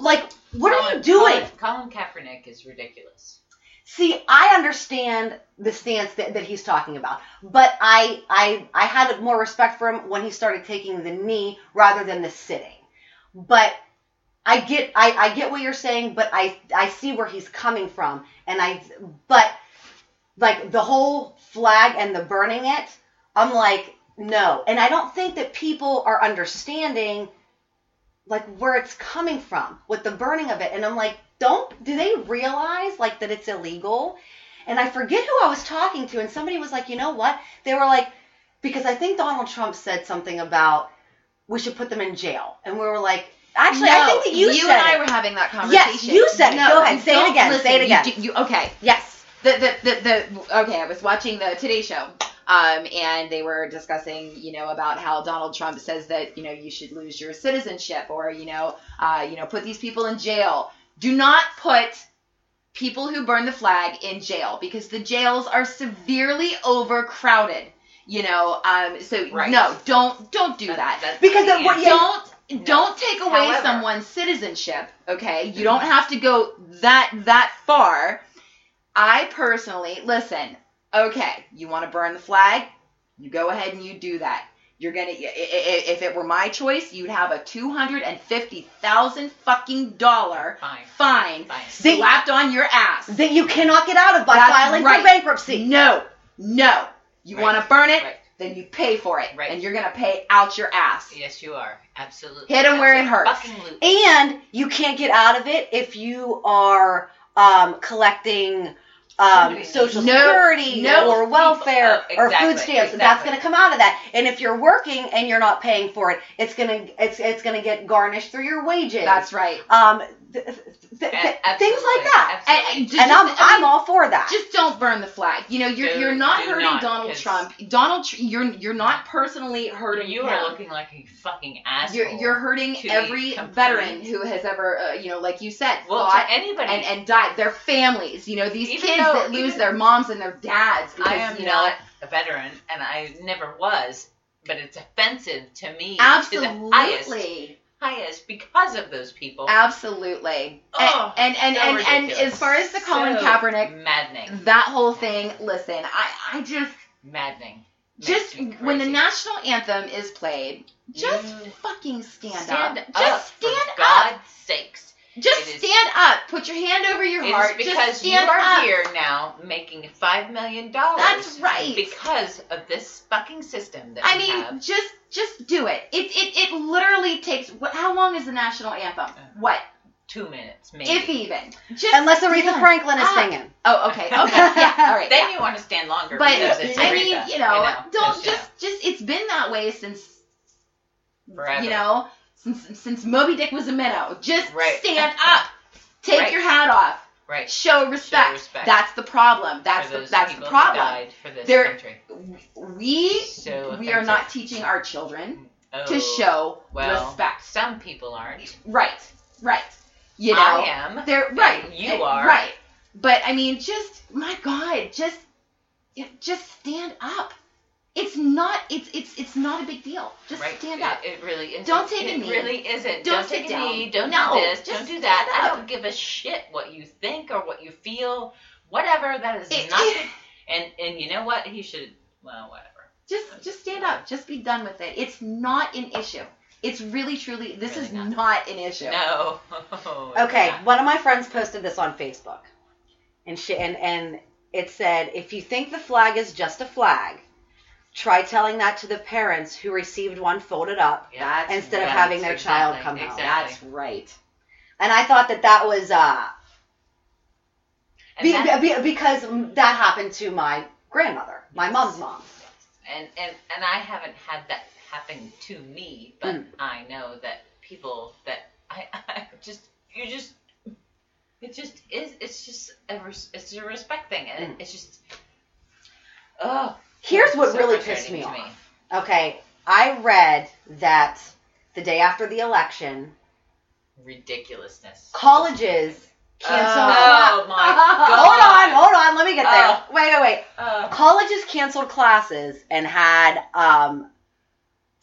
B: like what are you
C: Colin-
B: doing?
C: Colin, Colin Kaepernick is ridiculous.
B: See, I understand the stance that, that he's talking about, but I, I I had more respect for him when he started taking the knee rather than the sitting. But I get I, I get what you're saying, but I I see where he's coming from, and I but like the whole flag and the burning it, I'm like no, and I don't think that people are understanding like where it's coming from with the burning of it and i'm like don't do they realize like that it's illegal and i forget who i was talking to and somebody was like you know what they were like because i think donald trump said something about we should put them in jail and we were like actually i think that you,
D: you
B: said
D: and I
B: it.
D: were having that conversation.
B: Yes, you said it.
D: No,
B: Go ahead, say it
D: don't
B: again, say it
D: You
B: again.
D: do- You, okay.
B: yes
D: The, the, the, the, okay, I was watching the Today Show, um, and they were discussing, you know, about how Donald Trump says that, you know, you should lose your citizenship or, you know, uh, you know, put these people in jail. Do not put people who burn the flag in jail because the jails are severely overcrowded. You know, um, so
C: Right.
D: no, don't don't do
C: That-
D: that.
C: that's
B: Because
C: the
B: it- what-
C: answer.
B: yeah.
D: Don't don't take away
C: However-
D: someone's citizenship, okay? You don't have to go that that far. I personally, listen, okay, you want to burn the flag? You go ahead and you do that. You're gonna. i- i- If it were my choice, you'd have a two hundred and fifty thousand fucking dollar
C: Fine.
D: fine
C: Fine.
B: They-
D: slapped on your ass.
B: that you cannot get out of by
D: That's
B: filing
D: right.
B: for bankruptcy
D: No, no. You
C: Right,
D: want to burn it?
C: right.
D: then you pay for it.
C: Right.
D: And you're going to pay out your ass.
C: Yes, you are. Absolutely.
D: Hit 'em where it
C: Absolutely.
D: hurts.
C: Fucking loot.
B: And you can't get out of it if you are um, collecting um,
C: Somebody-
B: social
D: No,
B: security
D: no,
B: or welfare
C: people- oh,
B: or
C: exactly,
B: food stamps. That's
C: exactly.
B: going to come out of that. And if you're working and you're not paying for it, it's going to it's it's going to get garnished through your wages.
D: That's right.
B: um, th- th-
C: A-
B: th- th- things like
C: absolutely,
B: that.
C: absolutely.
D: And-
B: And I'm
D: I
B: I'm
D: mean,
B: all for that.
D: just don't burn the flag. You know, you're
C: Do-
D: you're not
C: do
D: hurting
C: not,
D: Donald
C: 'cause-
D: Trump. Donald, Tr- you're you're not personally hurting.
C: You
D: him.
C: are looking like a fucking asshole.
D: You're you're hurting
C: to
D: every
C: complete-
D: veteran who has ever, uh, you know, like you said,
C: well,
D: fought
C: to anybody.
D: and and died. Their families, you know, these
C: Even
D: kids
C: though-
D: that lose
C: even-
D: their moms and their dads because
C: I am
D: you know.
C: not a veteran, and I never was, but it's offensive to me to the highest,
D: Absolutely,
C: highest because of those people.
D: absolutely,
C: Oh,
D: and and
C: so
D: and, and,
C: ridiculous.
D: as far as the Colin
C: So
D: Kaepernick,
C: maddening,
D: that whole thing. Listen, I I just
C: maddening. Makes
D: just
C: me
D: when the
C: crazy.
D: national anthem is played, just
C: You
D: fucking stand,
C: stand
D: up.
C: up,
D: Just
C: for
D: stand up.
C: God's sakes.
D: Just
C: It is-
D: stand up. Put your hand over your
C: It is
D: heart. Just
C: because you
D: stand
C: are
D: up.
C: here now making five million dollars.
D: That's right.
C: Because of this fucking system that
D: I
C: we
D: mean,
C: have.
D: just just do it. It it it literally takes. What? How long is the national anthem? What?
C: Two minutes, Uh, maybe.
D: If even. Just
B: Unless Aretha
D: stand
B: Franklin is
D: up.
B: singing.
D: Oh, okay, okay, yeah, all right.
C: then you want to stand longer.
D: but
C: because it's
D: I
C: Aretha,
D: mean, you know, don't
C: it's, you
D: just just. It's been that way since
C: know, forever.
D: you know since since Moby Dick was a minnow. Just
C: Right.
D: stand up. Take
C: Right.
D: your hat off.
C: right.
D: Show respect.
C: respect.
D: That's the problem. That's
C: for
D: the
C: those
D: that's the
C: people who
D: problem.
C: died for this
D: They're-
C: country.
D: We
C: So
D: we are
C: offensive.
D: not teaching our children
C: Oh,
D: to show
C: well,
D: respect.
C: Some people aren't.
D: Right, right. You know,
C: I am.
D: they're right.
C: you
D: eh,
C: are.
D: right. But I mean, just my God, just yeah, just stand up. It's not. It's it's it's not a big deal. Just
C: Right.
D: stand
C: It-
D: up.
C: It, really isn't.
D: Don't take a
C: it
D: knee.
C: really isn't. Don't,
D: sit
C: take
D: down.
C: a knee. Don't
D: No,
C: do this.
D: just
C: Don't do that.
D: stand
C: I
D: up.
C: don't give a shit what you think or what you feel. Whatever. That is
D: It-
C: not.
D: it-
C: and and you know what? He should. Well, whatever.
D: just just stand up. Just be done with it. It's not an issue. It's really truly. This
C: Really
D: is
C: not.
D: not. an issue.
C: No.
B: Okay, one of my friends posted this on Facebook, and she and and it said, "If you think the flag is just a flag, try telling that to the parents who received one folded up."
C: Yeah.
D: That's
B: Instead of
C: That's
B: having their child
C: exactly-
B: come home.
C: exactly.
D: That's right.
B: And I thought that that was uh
C: And
B: be,
C: that's-
B: be, because that happened to my grandmother, my mom's mom.
C: and and and I haven't had that happen to me, but
B: Mm.
C: I know that people that I, I just you just it just is it's just a res, it's a respect thing, and it's just oh.
B: Mm. Here's
C: it's
B: what
C: so
B: really pissed
C: frustrating
B: me
C: to
B: off. Okay, I read that the day after the election,
C: Ridiculousness.
B: colleges canceled.
C: Oh, my
B: Hold on,
C: God.
B: hold on. Let me get there.
C: Oh.
B: Wait, wait, wait.
C: Oh,
B: Colleges canceled classes and had um,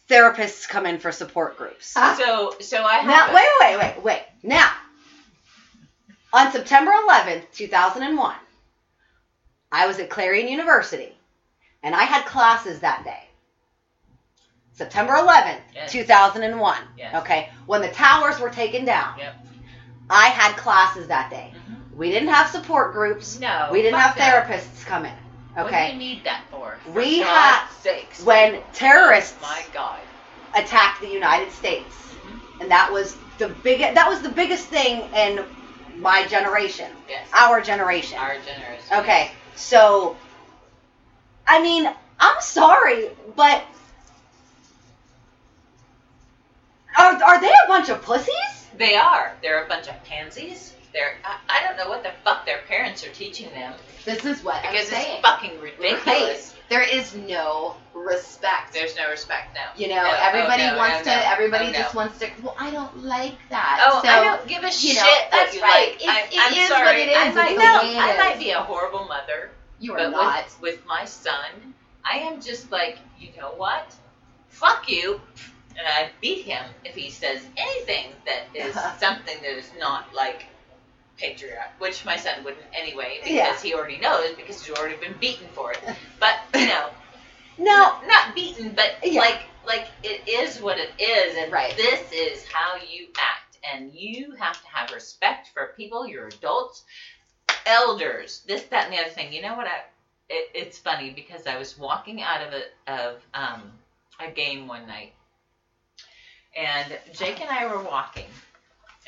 B: therapists come in for support groups.
C: so so I
B: Now,
C: have a-
B: wait, wait, wait, wait. Now, on September 11th, 2001, I was at Clarion University and I had classes that day. September 11th,
C: Yes.
B: 2001.
C: Yes.
B: Okay. When the towers were taken down,
C: Yep.
B: I had classes that day. We didn't have support groups.
C: no.
B: we didn't have
C: Oh, fuck that.
B: therapists come in.
C: What do you
B: Okay.
C: need that for? For
B: We
C: God's
B: had-
C: sakes.
B: When terrorists
C: My God.
B: attacked the United States, and that was the big that was the biggest thing in my generation,
C: Yes.
B: our generation.
C: Our generation.
B: Okay, so I mean, I'm sorry, but are are they a bunch of pussies?
C: They are. They're a bunch of pansies. They're I, I don't know what the fuck their parents are teaching them
D: This is what I'm
C: because it's
D: saying.
C: fucking ridiculous.
D: There is no respect.
C: There's no respect now.
D: you know,
C: No, oh,
D: everybody
C: no,
D: wants
C: no,
D: to.
C: no.
D: everybody
C: Oh, no.
D: just wants to. Well, I don't like that.
C: Oh,
D: so,
C: I don't give a
D: you
C: shit.
D: know,
C: that
D: that's
C: you
D: right.
C: Like.
D: It-
C: I,
D: it
C: I'm
D: is what
C: sorry.
D: it is.
C: I
D: It's
C: might,
D: the
C: no,
D: way it
C: I
D: is.
C: might be a horrible mother,
D: you are
C: but
D: not.
C: with, with my son, I am just like, you know what? Fuck you. And I beat him if he says anything that is something that is not like patriarch, which my son wouldn't anyway because
B: Yeah.
C: he already knows because he's already been beaten for it. But you know,
B: No,
C: not beaten, but
B: Yeah.
C: like like it is what it is, and
D: Right.
C: this is how you act, and you have to have respect for people, your adults, elders, this, that, and the other thing. You know what I it, it's funny because I was walking out of a of um, a game one night, and Jake and I were walking,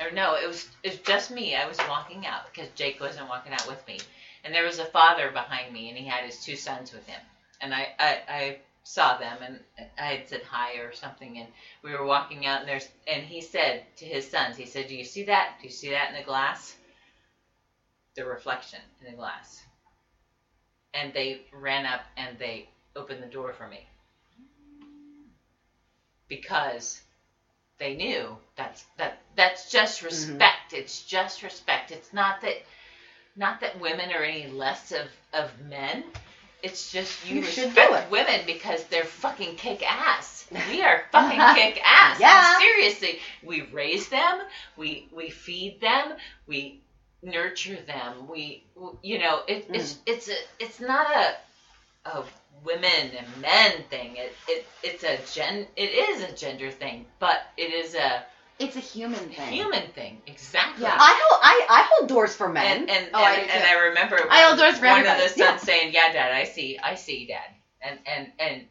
C: or no, it was it was just me. I was walking out because Jake wasn't walking out with me, and there was a father behind me, and he had his two sons with him, and I I, I saw them, and I had said hi or something, and we were walking out, and there's and he said to his sons, he said, "Do you see that? Do you see that in the glass? The reflection in the glass." and they ran up and they opened the door for me because they knew that's that that's
B: Mm-hmm.
C: just respect it's just respect it's not that not that women are any less of of men it's just you,
B: You should do
C: respect
B: it.
C: women because they're fucking kick ass we are fucking kick ass
B: Yeah.
C: seriously we raise them we we feed them we nurture them. We, you know, it,
D: Mm.
C: it's it's a it's not a a women and men thing. It, it it's a gen it is a gender thing, but it is a
D: It's a human thing.
C: human thing exactly.
D: Yeah.
B: I hold I, I hold doors for men.
C: And and
D: Oh, I
C: and,
D: do
C: and
D: too.
C: I remember
D: I hold doors for
C: one of
D: everybody,
C: the sons
D: yeah.
C: saying, "Yeah, Dad, I see, I see, Dad," and and and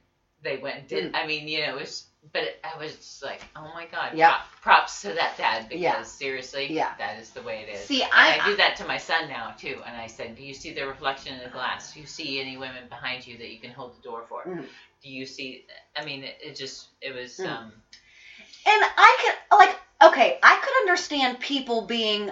C: they went and
B: Mm.
C: did. I mean, you know, it was. But I was just like, oh my god,
B: Yeah.
C: prop- props to that dad because
B: Yeah.
C: seriously,
B: Yeah.
C: that is the way it is.
D: See,
C: I,
D: I,
C: I do that to my son now too, and I said, "Do you see the reflection in the glass? Do you see any women behind you that you can hold the door for?
B: Mhm.
C: Do you see?" I mean, it, it just it was
B: Mhm.
C: um,
B: And I could like okay, I could understand people being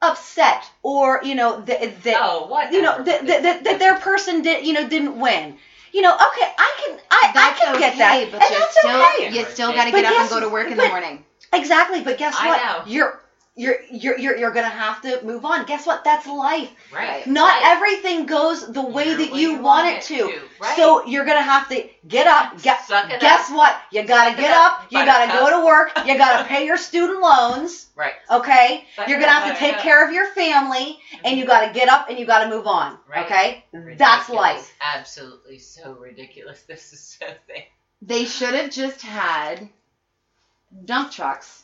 B: upset or you know that that
C: oh what
B: you know that, that, that, that their person did you know didn't win. You know, okay, I can I, I
D: that's
B: can
D: okay,
B: get that,
D: but
B: and
D: you
B: that's
D: still
B: okay.
D: you still got to
B: But
D: get up
B: yes,
D: and go to work in
B: but-
D: the morning.
B: Exactly, but guess
C: I
B: what?
C: know.
B: You're you're you're you're you're gonna have to move on. Guess what? That's life.
C: right
B: Not
C: right.
B: everything goes the way
C: You're
B: that
C: what
B: you, want, it to.
C: right.
B: So you're gonna have to get up. Get,
C: Suck it
B: guess what? You gotta
C: Suck it
B: get
C: up,
B: up. You gotta
C: buttercup.
B: go to work. You gotta pay your student loans.
C: right
B: Okay,
C: Suck
B: you're
C: it
B: gonna
C: up,
B: have to take
C: buttercup. Mm-hmm.
B: care of your family, and you gotta get up and you gotta move on.
C: Right.
B: Okay,
C: Ridiculous.
B: that's life.
C: Absolutely so ridiculous. This is so thing.
D: They should have just had dump trucks,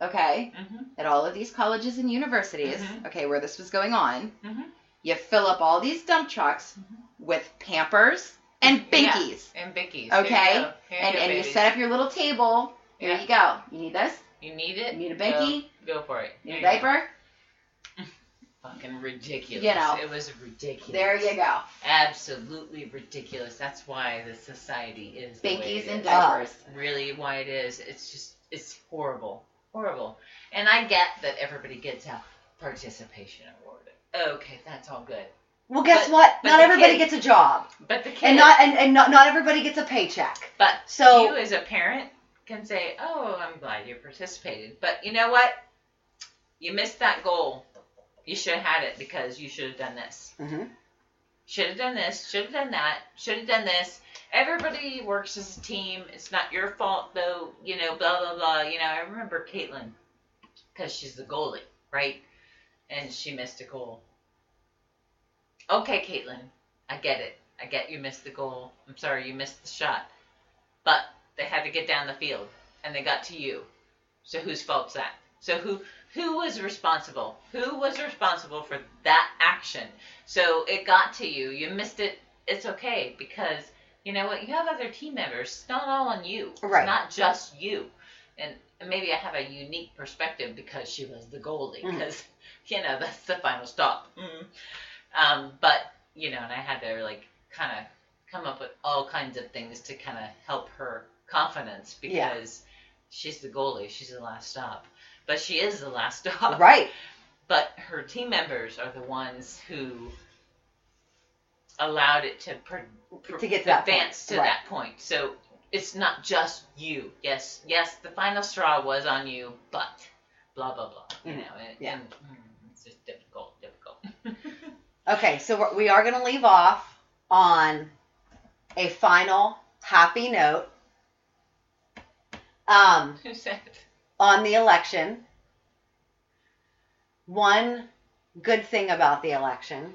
D: okay,
C: Mm-hmm.
D: at all of these colleges and universities,
C: Mhm.
D: okay, where this was going on.
C: Mhm.
D: You fill up all these dump trucks with Pampers and
C: Yeah.
D: Binkies,
C: And Bicky's.
D: Okay.
C: Here you go. Here
D: and
C: you go,
D: and you
C: baby.
D: set up your little table. Here
C: Yeah.
D: you go. You need this.
C: You need it.
D: You need a
C: Go-
D: binky?
C: Go, for it.
D: Need
C: Here
D: a
C: you go.
D: diaper.
C: Fucking ridiculous.
D: You know.
C: it was ridiculous.
D: There you go.
C: absolutely ridiculous. That's why the society is the way
D: Binkies
C: it
D: and
C: is.
D: diapers.
C: Really, why it is? It's just it's horrible, horrible. And I get that everybody gets a participation award. Okay, that's all good.
B: Well, guess
C: But-
B: what?
C: but
B: Not
C: the
B: everybody
C: kids-
B: gets a job,
C: But the kid,
B: and not and, and not not everybody gets a paycheck.
C: but
B: so-
C: you as a parent can say, "Oh, I'm glad you participated," but you know what? You missed that goal. You should have had it because you should have done this.
B: Mhm.
C: should have done this, should have done that, should have done this. Everybody works as a team. It's not your fault, though, you know, blah, blah, blah. You know, I remember Caitlin because she's the goalie, right? And she missed a goal. Okay, Caitlin, I get it. I get you missed the goal. I'm sorry, you missed the shot. But they had to get down the field and they got to you. So whose fault's that? So who who was responsible? Who was responsible for that action? So it got to you. You missed it. It's okay because you know what? You have other team members. It's not all on you.
B: Right.
C: It's not just you. And maybe I have a unique perspective because she was the goalie.
B: Mhm.
C: Because you know that's the final stop. Mm. Um, but you know, and I had to like kind of come up with all kinds of things to kind of help her confidence because
B: Yeah.
C: she's the goalie. She's the last stop. But she is the last stop
B: Right.
C: but her team members are the ones who allowed it to pr- pr-
B: To get to that
C: advance
B: point,
C: to
B: right.
C: that point. So it's not just you. Yes, yes, the final straw was on you, but blah blah blah. You
B: Mhm.
C: know, and,
B: Yeah.
C: and, mm, it's just difficult, difficult.
B: Okay, so we're, we are going to leave off on a final happy note um,
C: Who said? it?
B: on the election. One good thing about the election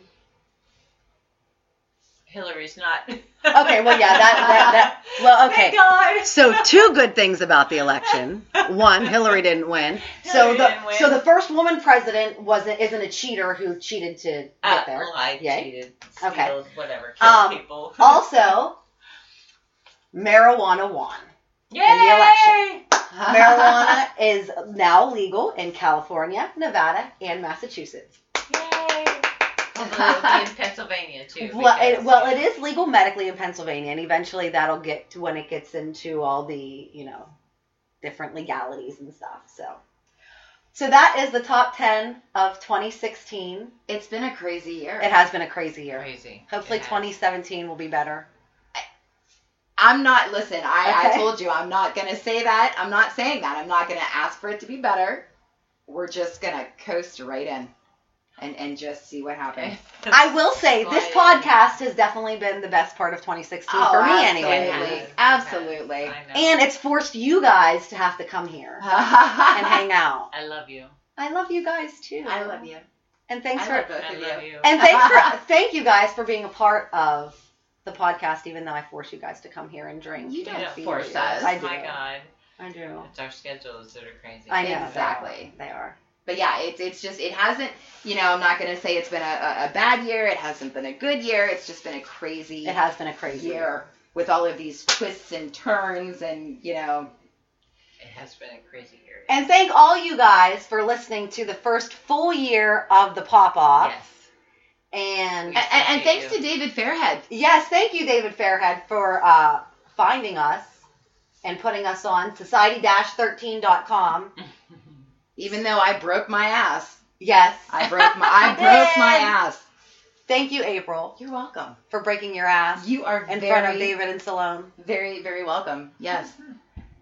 C: Hillary's not. okay,
B: Okay, well, yeah, that- that- that- well, okay.
C: Thank God.
B: So two good things about the election. One, Hillary didn't win. so
C: Hillary
B: the
C: didn't win.
B: so the first woman president wasn't isn't a cheater who cheated to get
C: Uh,
B: there.
C: lied,
B: Yay.
C: cheated,
B: Okay.
C: steals, whatever, killed
B: Um,
C: people.
B: Also, marijuana won.
C: Yay!
B: election. Marijuana is now legal in California, Nevada, and Massachusetts.
C: Yay! Although in Pennsylvania too.
B: Well, it,
C: because-
B: well, it is legal medically in Pennsylvania, and eventually that'll get to when it gets into all the you know different legalities and stuff. So, so that is the top ten of 2016.
D: It's been a crazy year.
B: It has been a crazy year.
C: crazy.
B: Hopefully,
C: It has.
B: 2017 will be better.
D: I'm not, listen, I,
B: Okay.
D: I told you, I'm not going to say that. I'm not saying that. I'm not going to ask for it to be better. We're just going to coast right in and, and just see what happens.
B: I will say this
C: Fine.
B: podcast has definitely been the best part of 2016 for me,
D: Oh, absolutely.
B: anyway.
D: Absolutely.
C: I know.
B: And it's forced you guys to have to come here and hang out.
C: I love you.
B: I love you guys too.
D: I love you.
B: And thanks
D: I
B: for
D: love both
C: I
D: of
C: love
D: you.
C: you.
B: and thanks for thank you guys for being a part of the podcast, even though I force you guys to come here and drink.
D: You
C: You
D: don't
C: don't
D: feed us.
C: force
D: Oh
C: us.
B: I do.
C: My God,
B: I do.
C: it's our schedules that are crazy.
B: I know they are.
D: Exactly.
B: They are.
D: But yeah, it's it's just it hasn't. You know, I'm not gonna say it's been a, a, a bad year. It hasn't been a good year. It's just been a crazy
B: It has been a crazy
D: year with all of these twists and turns, and you know,
C: It has been a crazy year.
B: And thank all you guys for listening to the first full year of the pop off.
C: yes.
B: And
D: and, and, and thanks to
C: Appreciate
D: David Fairhead.
B: Yes, thank you, David Fairhead, for uh, finding us and putting us on society-13.com.
D: Even though I broke my ass,
B: Yes.
D: I broke my I broke my
B: did.
D: ass.
B: Thank you, April,
D: You're welcome.
B: for breaking your ass
D: You are
B: in
D: very
B: front of David and Salome.
D: very very welcome. Yes.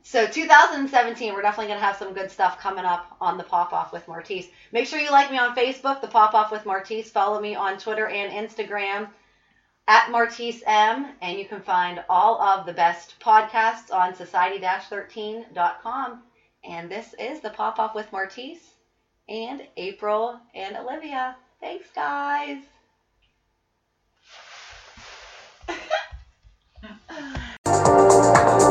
B: So 2017, we're definitely going to have some good stuff coming up on the Pop Off with Martise. Make sure you like me on Facebook, the Pop Off with Martise. Follow me on Twitter and Instagram at Martise M, and you can find all of the best podcasts on society-13.com. And this is the Pop Off with Martise and April and Olivia. Thanks, guys.